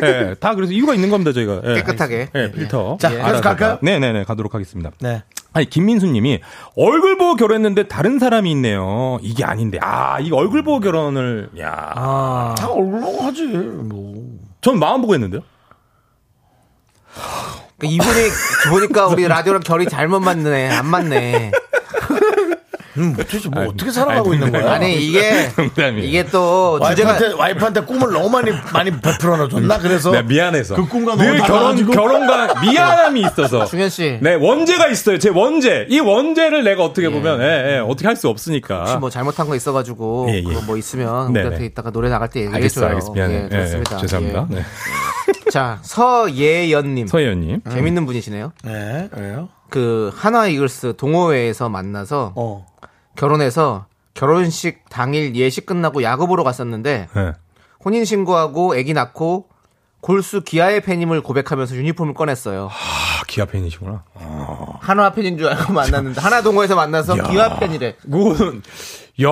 S8: 네. 다 그래서 이유가 있는 겁니다, 저희가. 예.
S3: 깨끗하게.
S8: 예, 필터.
S2: 자,
S8: 예.
S2: 계속 갈까요?
S8: 네네네, 가도록 하겠습니다.
S2: 네.
S8: 아니 김민수님이 얼굴 보고 결혼했는데 다른 사람이 있네요. 이게 아닌데 아 이거 얼굴 보고 결혼을 야.
S2: 다 얼굴로 하지. 뭐.
S8: 전 마음 보고 했는데요.
S3: 그 이분이 보니까 우리 라디오랑 결이 잘못 맞네, 안 맞네.
S2: 음, 도대체 뭐 어떻게 살아가고 있는 거야?
S3: 아니 이게
S8: 네. 농담이에요.
S3: 이게 또 주제가
S2: 와이프한테 와이프한테 꿈을 너무 많이 많이 베풀어 놔줬나 그래서
S8: 네, 미안해서.
S2: 그 꿈과
S8: 늘
S2: 너무
S8: 결혼
S2: 달라가지고.
S8: 결혼과 미안함이 있어서.
S3: 중현 씨.
S8: 네 원죄가 있어요. 제 원죄 이 원죄를 내가 어떻게 보면 예, 예, 어떻게 할 수 없으니까.
S3: 혹시 뭐 잘못한 거 있어가지고
S8: 예, 예.
S3: 그거 뭐 있으면
S8: 네네.
S3: 우리한테 이따가 노래 나갈 때 얘기해
S8: 알겠어,
S3: 줘요.
S8: 알겠어, 미안해. 예,
S3: 그렇습니다.
S8: 예, 죄송합니다.
S3: 예.
S8: 네.
S3: 자 서예연님
S8: 서예연님.
S3: 재밌는 분이시네요.
S2: 네, 그래요.
S3: 그 한화 이글스 동호회에서 만나서
S2: 어.
S3: 결혼해서 결혼식 당일 예식 끝나고 야구 보러 갔었는데
S8: 예.
S3: 혼인 신고하고 아기 낳고 골수 기아의 팬임을 고백하면서 유니폼을 꺼냈어요.
S8: 아 기아 팬이시구나.
S3: 한화 팬인 줄 알고 만났는데 한화 동호회에서 만나서 기아 팬이래.
S8: 그거는 야,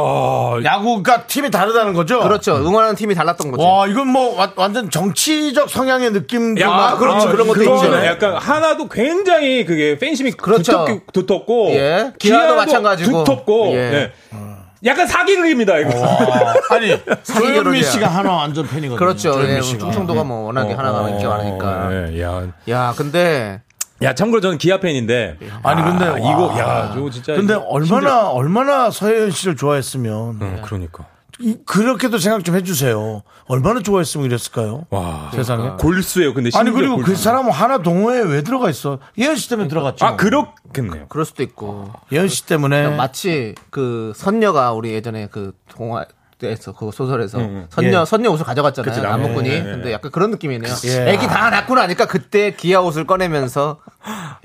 S2: 야구가 팀이 다르다는 거죠?
S3: 그렇죠. 응원하는 팀이 달랐던 거죠.
S2: 와, 이건 뭐 와- 완전 정치적 성향의 느낌도
S8: 야, 아,
S2: 막- 어,
S3: 그렇죠. 그런 것도
S8: 그거는
S3: 있죠.
S8: 약간 하나도 굉장히 그게 팬심이
S3: 그렇죠.
S8: 두텁, 두텁고
S3: 예. 기아도
S8: 기아도
S3: 마찬가지고.
S8: 두텁고
S3: 예. 어,
S8: 예. 약간 사기극입니다 이거.
S2: 와. 아니, 조현미
S3: 결혼이야.
S2: 씨가 한화 완전 팬이거든요.
S3: 그렇죠.
S2: 조현미
S8: 네,
S3: 예,
S2: 씨가.
S3: 충청도가 뭐
S2: 어,
S3: 워낙에 하나가 인기가 많으니까.
S8: 어, 예, 야,
S3: 야, 근데
S8: 야, 참고로 저는 기아 팬인데.
S2: 아니 근데
S8: 아, 이거 야, 저 진짜.
S2: 근데
S3: 어,
S8: 이거
S2: 얼마나 얼마나 서혜연 씨를 좋아했으면
S8: 힘들- 어, 그러니까.
S2: 이- 그렇게도 생각 좀 해주세요. 얼마나 좋아했으면 이랬을까요?
S8: 와.
S2: 세상에.
S8: 골수예요. 근데 그러니까.
S2: 아니
S8: 심지어
S2: 그리고 그
S8: 골수.
S2: 사람은 하나 동호회에 왜 들어가 있어? 예은 씨 때문에 들어갔죠.
S8: 아, 그렇겠네요.
S3: 그럴 수도 있고.
S2: 예은 씨 때문에
S3: 마치 그 선녀가 우리 예전에 그 동화 에서 그 소설에서 선녀
S2: 예.
S3: 선녀 옷을 가져갔잖아요
S8: 그치, 남편.
S3: 남무꾼이
S8: 예, 예,
S3: 근데 약간 그런 느낌이네요.
S2: 예.
S3: 애기 다 낳고 나니까 그때 기아 옷을 꺼내면서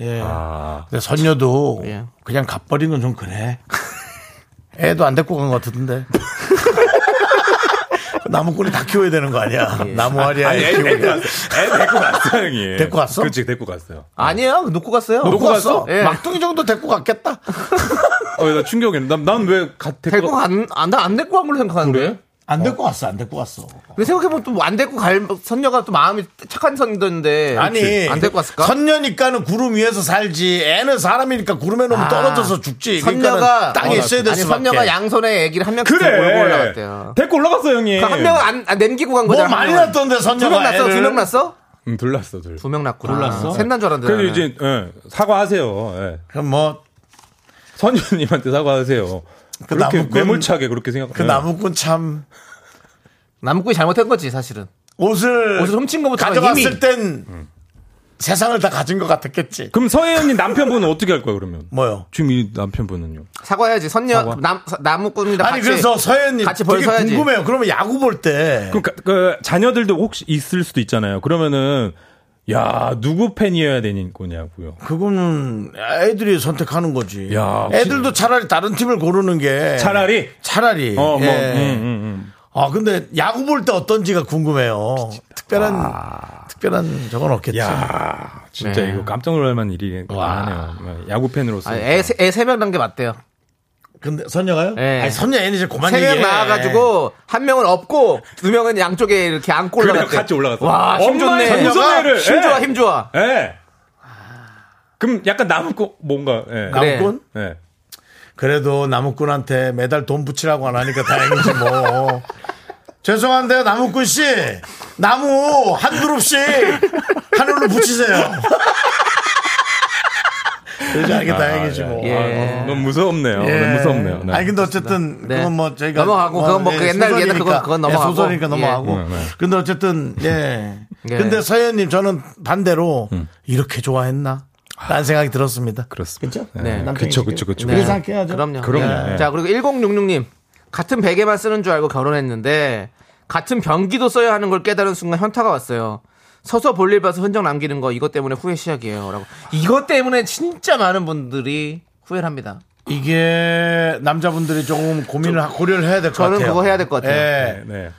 S2: 예.
S8: 아.
S2: 근데 선녀도
S3: 예.
S2: 그냥 갚버린 건 좀 그래. 애도 안 데리고 간 것 같던데. 나무꾼이 다 키워야 되는 거 아니야? 나무알이야.
S8: 예.
S3: 예,
S8: 아니, 애, 애,
S2: 키우고.
S8: 데리고 갔어요. 애 데리고 갔어요, 형이.
S2: 데리고 갔어?
S8: 그치, 데리고 갔어요.
S3: 아니에요 놓고 갔어요.
S2: 놓고 갔어?
S3: 예.
S2: 막둥이 정도 데리고 갔겠다.
S8: 어, 나 충격이네. 난왜 데리고
S3: 데리고
S8: 갔
S3: 안안안 데리고 간 걸로 생각하는데.
S2: 안 데리고 갔어, 안 데리고 갔어.
S3: 근데 생각해보면 또 안 데리고 갈 선녀가 또 마음이 착한 선녀인데
S2: 아니,
S3: 안 데리고 갔을까?
S2: 선녀니까는 구름 위에서 살지, 애는 사람이니까 구름에 놓으면
S3: 아,
S2: 떨어져서 죽지.
S3: 선녀가
S2: 그러니까는 땅에 있어야 될
S3: 아니
S2: 수밖에.
S3: 선녀가 양손에 아기를 한 명씩
S8: 그래.
S3: 몰고 올라갔대요. 그러니까
S8: 데리고 올라갔어, 형이.
S3: 그한 명은 안, 안 남기고 간
S2: 뭐
S3: 거잖아.
S2: 많이 났던데,
S3: 두명
S2: 선녀가.
S3: 났어?
S2: 애를.
S3: 두 명 났어?
S8: 음, 둘 났어, 둘.
S3: 두 명 났구나.
S2: 몰랐어?
S3: 셋난 줄 알았는데.
S8: 그래서
S3: 나는.
S8: 이제, 예, 사과하세요. 예.
S2: 그럼 뭐,
S8: 선유님한테 사과하세요.
S2: 그
S8: 그렇게
S2: 나무꾼-
S8: 매몰차게 그렇게 생각. 예.
S2: 그 나무꾼 참,
S3: 남국이 잘못한 거지 사실은.
S2: 옷을,
S3: 옷을 훔친 것부터
S2: 가져갔을
S3: 이미. 음.
S2: 땐 세상을 다 가진 것 같았겠지.
S8: 그럼 서혜연님 남편분은 어떻게 할 거야 그러면?
S2: 뭐요? 네.
S8: 지금 이 남편분은요?
S3: 사과해야지. 선녀
S8: 사과.
S3: 남 남국이랑
S2: 아니
S3: 같이
S2: 그래서 서현님
S3: 같이
S2: 되게
S3: 벌써야지.
S2: 궁금해요. 그러면 야구 볼 때
S8: 그러니까 그 자녀들도 혹시 있을 수도 있잖아요. 그러면은 야 누구 팬이어야 되는 거냐고요.
S2: 네. 그거는 애들이 선택하는 거지.
S8: 야,
S2: 애들도 차라리 다른 팀을 고르는 게
S8: 차라리
S2: 차라리.
S8: 어 뭐
S2: 예.
S8: 음, 음, 음.
S2: 아 근데 야구 볼 때 어떤지가 궁금해요. 특별한
S3: 아.
S2: 특별한 저건 없겠지.
S8: 야 진짜
S3: 네.
S8: 이거 깜짝 놀랄만 일이 많네요. 야구
S2: 아,
S8: 팬으로서
S3: 아, 애세명 단계 맞대요.
S2: 근데 선녀가요?
S3: 예.
S2: 아니 선녀 애는 이제 그만
S3: 세 명
S2: 얘기해.
S3: 나와가지고 한 명은 업고 두 명은 양쪽에 이렇게 안고
S8: 그래요,
S3: 올라갔대.
S8: 그러니까 같이 올라갔어.
S3: 와, 힘
S8: 엄마의
S3: 좋네.
S8: 선녀가?
S3: 힘 좋아,
S8: 예.
S3: 힘 좋아.
S8: 예. 그럼 약간 남고 뭔가 예.
S3: 그래.
S2: 나무꾼?
S8: 예.
S2: 그래도 나무꾼한테 매달 돈 붙이라고 안 하니까 다행이지 뭐. 죄송한데요, 나무꾼 씨. 나무 한 그룹씩 하늘로 붙이세요. 그래서 알게 다행이지 뭐.
S3: 예.
S8: 아, 너무 무섭네요.
S2: 예.
S8: 너무 무섭네요. 네.
S2: 아니 근데 어쨌든
S3: 네.
S2: 그건 뭐 저희가 예,
S3: 넘어가고, 그건 뭐그 옛날
S2: 소설이니까.
S3: 옛날 그건- 그건
S2: 예,
S3: 넘어가고.
S2: 소설이니까
S3: 예.
S2: 넘어가고.
S8: 네, 네.
S2: 근데 어쨌든 예.
S3: 예.
S2: 근데 서현님 저는 반대로 이렇게 좋아했나? 라는 생각이 들었습니다.
S8: 음. 그렇습니다.
S2: 그쵸?
S8: 네.
S2: 남편이
S8: 그쵸,
S2: 지금.
S8: 그쵸, 그쵸.
S2: 네. 그래서
S8: 그쵸.
S2: 함께 해야죠.
S3: 그럼요.
S8: 그럼요.
S3: 예.
S8: 예.
S3: 자, 그리고 1066님. 같은 베개만 쓰는 줄 알고 결혼했는데, 같은 변기도 써야 하는 걸 깨달은 순간 현타가 왔어요. 서서 볼일 봐서 흔적 남기는 거, 이것 때문에 후회 시작이에요. 라고. 이것 때문에 진짜 많은 분들이 후회를 합니다.
S2: 이게 남자분들이 조금 고민을 하- 고려를 해야 될 것 같아요.
S3: 저는 그거 해야 될것 같아요.
S2: 예.
S8: 네.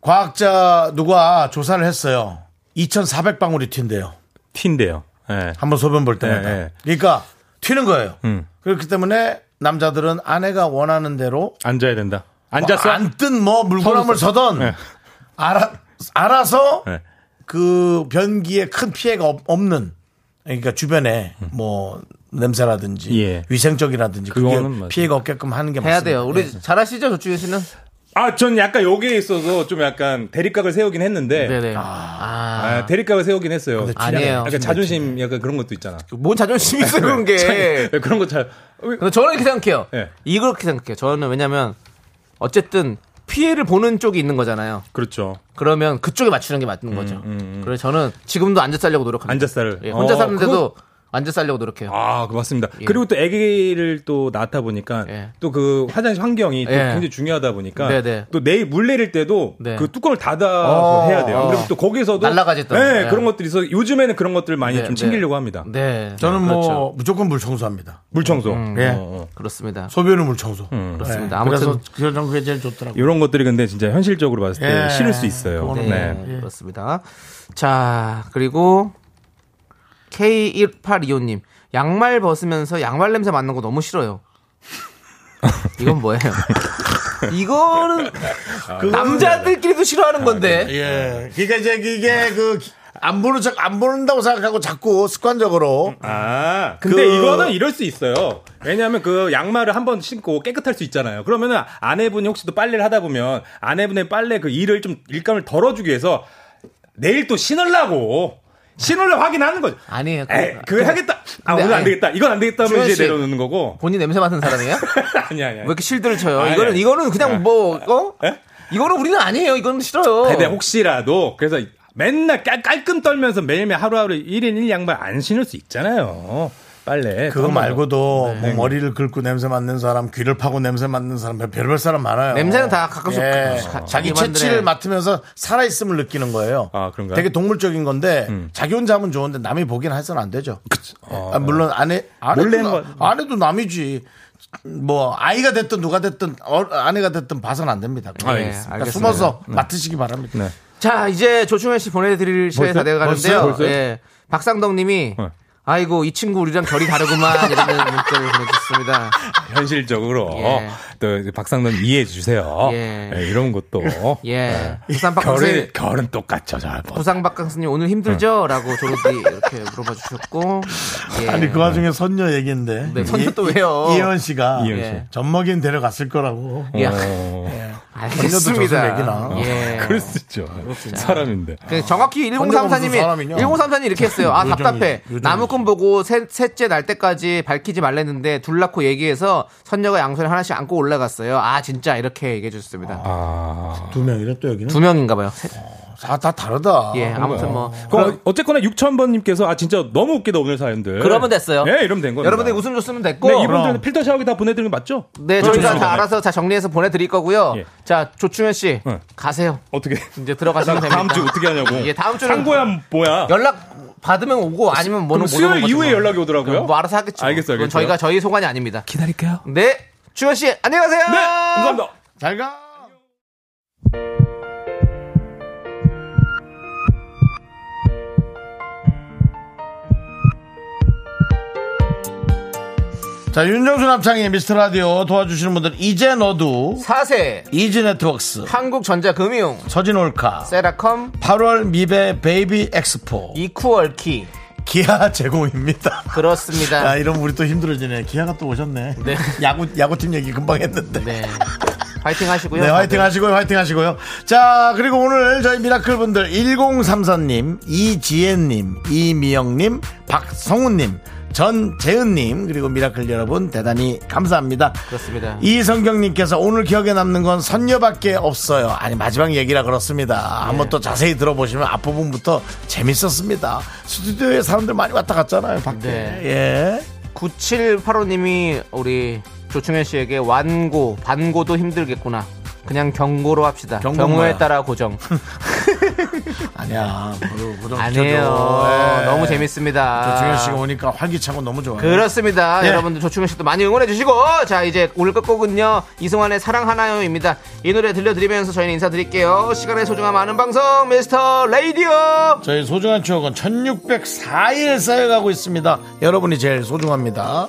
S2: 과학자 누가 조사를 했어요. 2,400방울이 튄대요.
S8: 틴데요. 예.
S2: 한번 소변 볼 때마다.
S8: 예, 예.
S2: 그러니까 튀는 거예요.
S8: 음.
S2: 그렇기 때문에 남자들은 아내가 원하는 대로
S8: 앉아야 된다. 앉았어?
S2: 안뜬 뭐 물구나물 서던
S8: 예.
S2: 알아, 알아서
S8: 예.
S2: 그 변기에 큰 피해가 없- 없는 그러니까 주변에 뭐 냄새라든지
S8: 예.
S2: 위생적이라든지 그게
S8: 그거는 맞아요.
S2: 피해가 없게끔 하는 게
S3: 해야
S2: 맞습니다. 네.
S3: 돼요. 우리 잘하시죠, 조충현 씨는?
S8: 아, 전 약간 여기에 있어서 좀 약간 대립각을 세우긴 했는데.
S3: 네네.
S8: 아, 대립각을 세우긴 했어요.
S3: 아니에요.
S8: 약간 자존심 약간 그런 것도 있잖아.
S3: 뭔 자존심이 있어, 그런 게.
S8: 예, 그런 거 잘.
S3: 근데 저는 이렇게 생각해요.
S8: 예.
S3: 이렇게 생각해요. 저는 왜냐면, 어쨌든, 피해를 보는 쪽이 있는 거잖아요.
S8: 그렇죠.
S3: 그러면 그쪽에 맞추는 게 맞는 거죠. 그래서 저는 지금도 앉아 살려고 노력합니다.
S8: 앉아살을.
S3: 예, 혼자
S8: 어,
S3: 사는데도 앉아 살려고 노력해요.
S8: 아, 그 맞습니다. 그리고 또 아기를 또 낳다 보니까
S3: 예.
S8: 또 그 화장실 환경이 또
S3: 예.
S8: 굉장히 중요하다 보니까
S3: 네네.
S8: 또 내일 물 내릴 때도
S3: 네.
S8: 그 뚜껑을 닫아서
S3: 어,
S8: 해야 돼요.
S3: 어.
S8: 그럼 또 거기서도
S3: 날라가지 또.
S8: 네,
S3: 예.
S8: 그런 것들이 있어. 요즘에는 그런 것들을 많이
S3: 네,
S8: 좀
S3: 네.
S8: 챙기려고 합니다.
S3: 네.
S2: 저는 뭐
S3: 그렇죠.
S2: 무조건 물 청소합니다.
S8: 물 청소.
S3: 음,
S2: 예.
S3: 그렇습니다.
S2: 소변은 물 청소.
S8: 음.
S2: 네.
S3: 그렇습니다. 아무튼-
S2: 그래서 그런 그게 제일 좋더라고요.
S8: 이런 것들이 근데 진짜 현실적으로 봤을 때
S2: 예.
S8: 싫을 수 있어요. 네.
S2: 그거는
S3: 네. 네, 그렇습니다. 자, 그리고 K1825님. 양말 벗으면서 양말 냄새 맡는 거 너무 싫어요. 이건 뭐예요? 이거는
S2: 아, 그거는- 아,
S3: 남자들끼리도 싫어하는 건데.
S2: 예. 그러니까 이제 이게 그 안 보는 척 안 보는다고 생각하고 자꾸 습관적으로
S8: 아, 근데
S2: 그-
S8: 이거는 이럴 수 있어요. 왜냐하면 그 양말을 한 번 신고 깨끗할 수 있잖아요. 그러면은 아내분이 혹시 또 빨래를 하다 보면 아내분의 빨래 그 일을 좀 일감을 덜어주기 위해서 내일 또 신으려고 신으려 확인하는 거죠.
S3: 아니에요. 그-
S8: 에이, 그거 하겠다. 아,
S3: 근데
S8: 오늘 안
S3: 아니-
S8: 되겠다. 이건 안 되겠다 하면
S3: 주현
S8: 이제
S3: 씨.
S8: 내려놓는 거고.
S3: 본인 냄새 맡은 사람이에요?
S2: 네.
S8: 아니, 아니,
S3: 왜
S8: 아니.
S3: 이렇게 실드를 쳐요?
S8: 아니,
S3: 이거는
S8: 아니.
S3: 이거는 그냥 뭐 어?
S2: 네?
S8: 예?
S3: 이거는 우리는 아니에요. 이건 싫어요.
S8: 근데 혹시라도 그래서 맨날 깔, 깔끔 떨면서 매일매일 하루하루 1인 1양말 안 신을 수 있잖아요. 네. 빨래.
S2: 그거
S8: 한 번도.
S2: 말고도 뭐 머리를 긁고 냄새 맡는 사람, 귀를 파고 냄새 맡는 사람, 별- 별별 사람 많아요.
S3: 냄새는 다 가끔씩
S2: 예.
S3: 가끔씩 가-
S2: 자기
S3: 자기만들의-
S2: 채취를 맡으면서 살아있음을 느끼는 거예요. 음.
S8: 아, 그런가요?
S2: 되게 동물적인 건데 자기 혼자 하면 좋은데 남이 보긴 해서는 안 되죠. 아, 물론 아내
S8: 몰래
S2: 아내도,
S8: 한
S2: 나- 아내도 남이지. 뭐 아이가 됐든 누가 됐든 어, 아내가 됐든 봐서는 안 됩니다.
S8: 아,
S3: 예,
S8: 알겠습니다.
S2: 그러니까
S3: 알겠습니다.
S2: 숨어서 맡으시기 바랍니다.
S8: 네.
S3: 자, 이제 조충현 씨 보내드릴 시간이 다
S8: 벌써요?
S3: 돼가는데요.
S8: 벌써요?
S3: 예. 박상덕 님이,
S8: 네.
S3: 아이고, 이 친구 우리랑 결이 다르구만. 이런 문자를 보내주셨습니다.
S8: 현실적으로
S3: 예.
S8: 또 이제 박상돈 이해해 주세요.
S3: 예.
S8: 예, 이런 것도
S3: 예.
S8: 결은
S3: 부산박강스님,
S8: 결은 똑같죠. 잘 봐.
S3: 부산박강스님 오늘 힘들죠? 라고 조르디 이렇게 물어봐 주셨고. 예.
S2: 아니 그 와중에 선녀 얘기인데
S3: 네, 선녀 또 왜요?
S2: 이, 어. 이현 씨가
S8: 이현 씨.
S3: 예.
S2: 젖먹인 데려갔을 거라고.
S3: 예.
S8: 어,
S2: 선녀도 조선
S3: 알겠습니다.
S2: 얘기나.
S3: 예.
S8: 그럴 수 있죠. 사람인데.
S3: 그 정확히
S2: 무슨 사람이냐?
S3: 1034님이 1034님 이렇게 했어요. 아
S2: 요정이,
S3: 답답해.
S2: 요정이.
S3: 나무꾼 보고 셋, 째날 때까지 밝히지 말랬는데 둘 낳고 얘기해서 선녀가 양손에 하나씩 안고 올라갔어요. 아 진짜 이렇게 얘기해 주셨습니다. 예.
S8: 아.
S2: 두 명이래 또 여기는.
S3: 두 명인가봐요.
S2: 다, 다 다르다.
S3: 예 아무튼 뭐
S8: 그 어쨌거나 6,000번님께서 아 진짜 너무 웃기다 오늘 사연들.
S3: 그러면 됐어요.
S8: 예, 이러면 된 거예요.
S3: 여러분들 웃음 줬으면 됐고
S8: 네, 이분들은 필터 샤워기 다 보내드리는 거 맞죠?
S3: 네 저희가
S8: 그렇죠.
S3: 다 알아서 다 정리해서 보내드릴 거고요.
S8: 예.
S3: 자 조충현 씨
S8: 네.
S3: 가세요.
S8: 어떻게?
S3: 이제 들어가시면 됩니다.
S8: 다음 주 어떻게 하냐고.
S3: 예, 다음 주는
S8: 상고야 뭐야?
S3: 연락 받으면 오고 아니면
S8: 그럼
S3: 뭐는
S8: 수요일 이후에 연락이
S3: 그럼
S8: 오더라고요.
S3: 뭐 알아서 하겠죠.
S8: 알겠어요,
S3: 그건
S8: 알겠어요.
S3: 저희가 저희 소관이 아닙니다.
S8: 기다릴게요.
S3: 네. 주현 씨, 안녕히 가세요.
S8: 네, 감사합니다.
S2: 잘 가. 자, 윤정수 남창의 미스터 라디오 도와주시는 분들, 이제 너도,
S3: 사세,
S2: 이지 네트웍스,
S3: 한국전자금융,
S2: 서진 올카,
S3: 세라컴,
S2: 8월 미베 베이비 엑스포,
S3: 이쿠얼키.
S2: 기아 제공입니다.
S3: 그렇습니다.
S2: 아, 이러면 우리 또 힘들어지네. 기아가 또 오셨네.
S3: 네.
S2: 야구, 야구팀 얘기 금방 했는데.
S3: 네. 화이팅 하시고요.
S2: 네, 화이팅 하시고요, 화이팅 하시고요. 자, 그리고 오늘 저희 미라클 분들 1034님, 이지혜님, 이미영님, 박성훈님, 전재은님, 그리고 미라클 여러분 대단히 감사합니다.
S3: 그렇습니다.
S2: 이성경님께서 오늘 기억에 남는 건 선녀밖에 없어요. 아니, 마지막 얘기라 그렇습니다. 한번 또 자세히 들어보시면 앞부분부터 재밌었습니다. 스튜디오에 사람들 많이 왔다 갔잖아요, 밖에.
S3: 네.
S2: 예.
S3: 9785님이 우리 조충현 씨에게 완고, 반고도 힘들겠구나. 그냥 경고로 합시다.
S2: 경고는
S3: 경우에
S2: 뭐야?
S3: 따라 고정.
S2: 아니야. 뭐, 뭐 좀
S3: 아니에요. 네,
S2: 지켜줘. 예.
S3: 너무 재밌습니다.
S2: 조충현 씨가 오니까 활기차고 너무 좋아요.
S3: 그렇습니다.
S2: 예.
S3: 여러분들 조충현 씨도 많이 응원해 주시고 자 이제 오늘 끝곡은요 이승환의 사랑 하나요입니다. 이 노래 들려드리면서 저희는 인사드릴게요. 시간의 소중함 아는 방송 미스터 레이디오.
S2: 저희 소중한 추억은 1604일 쌓여가고 있습니다. 여러분이 제일 소중합니다.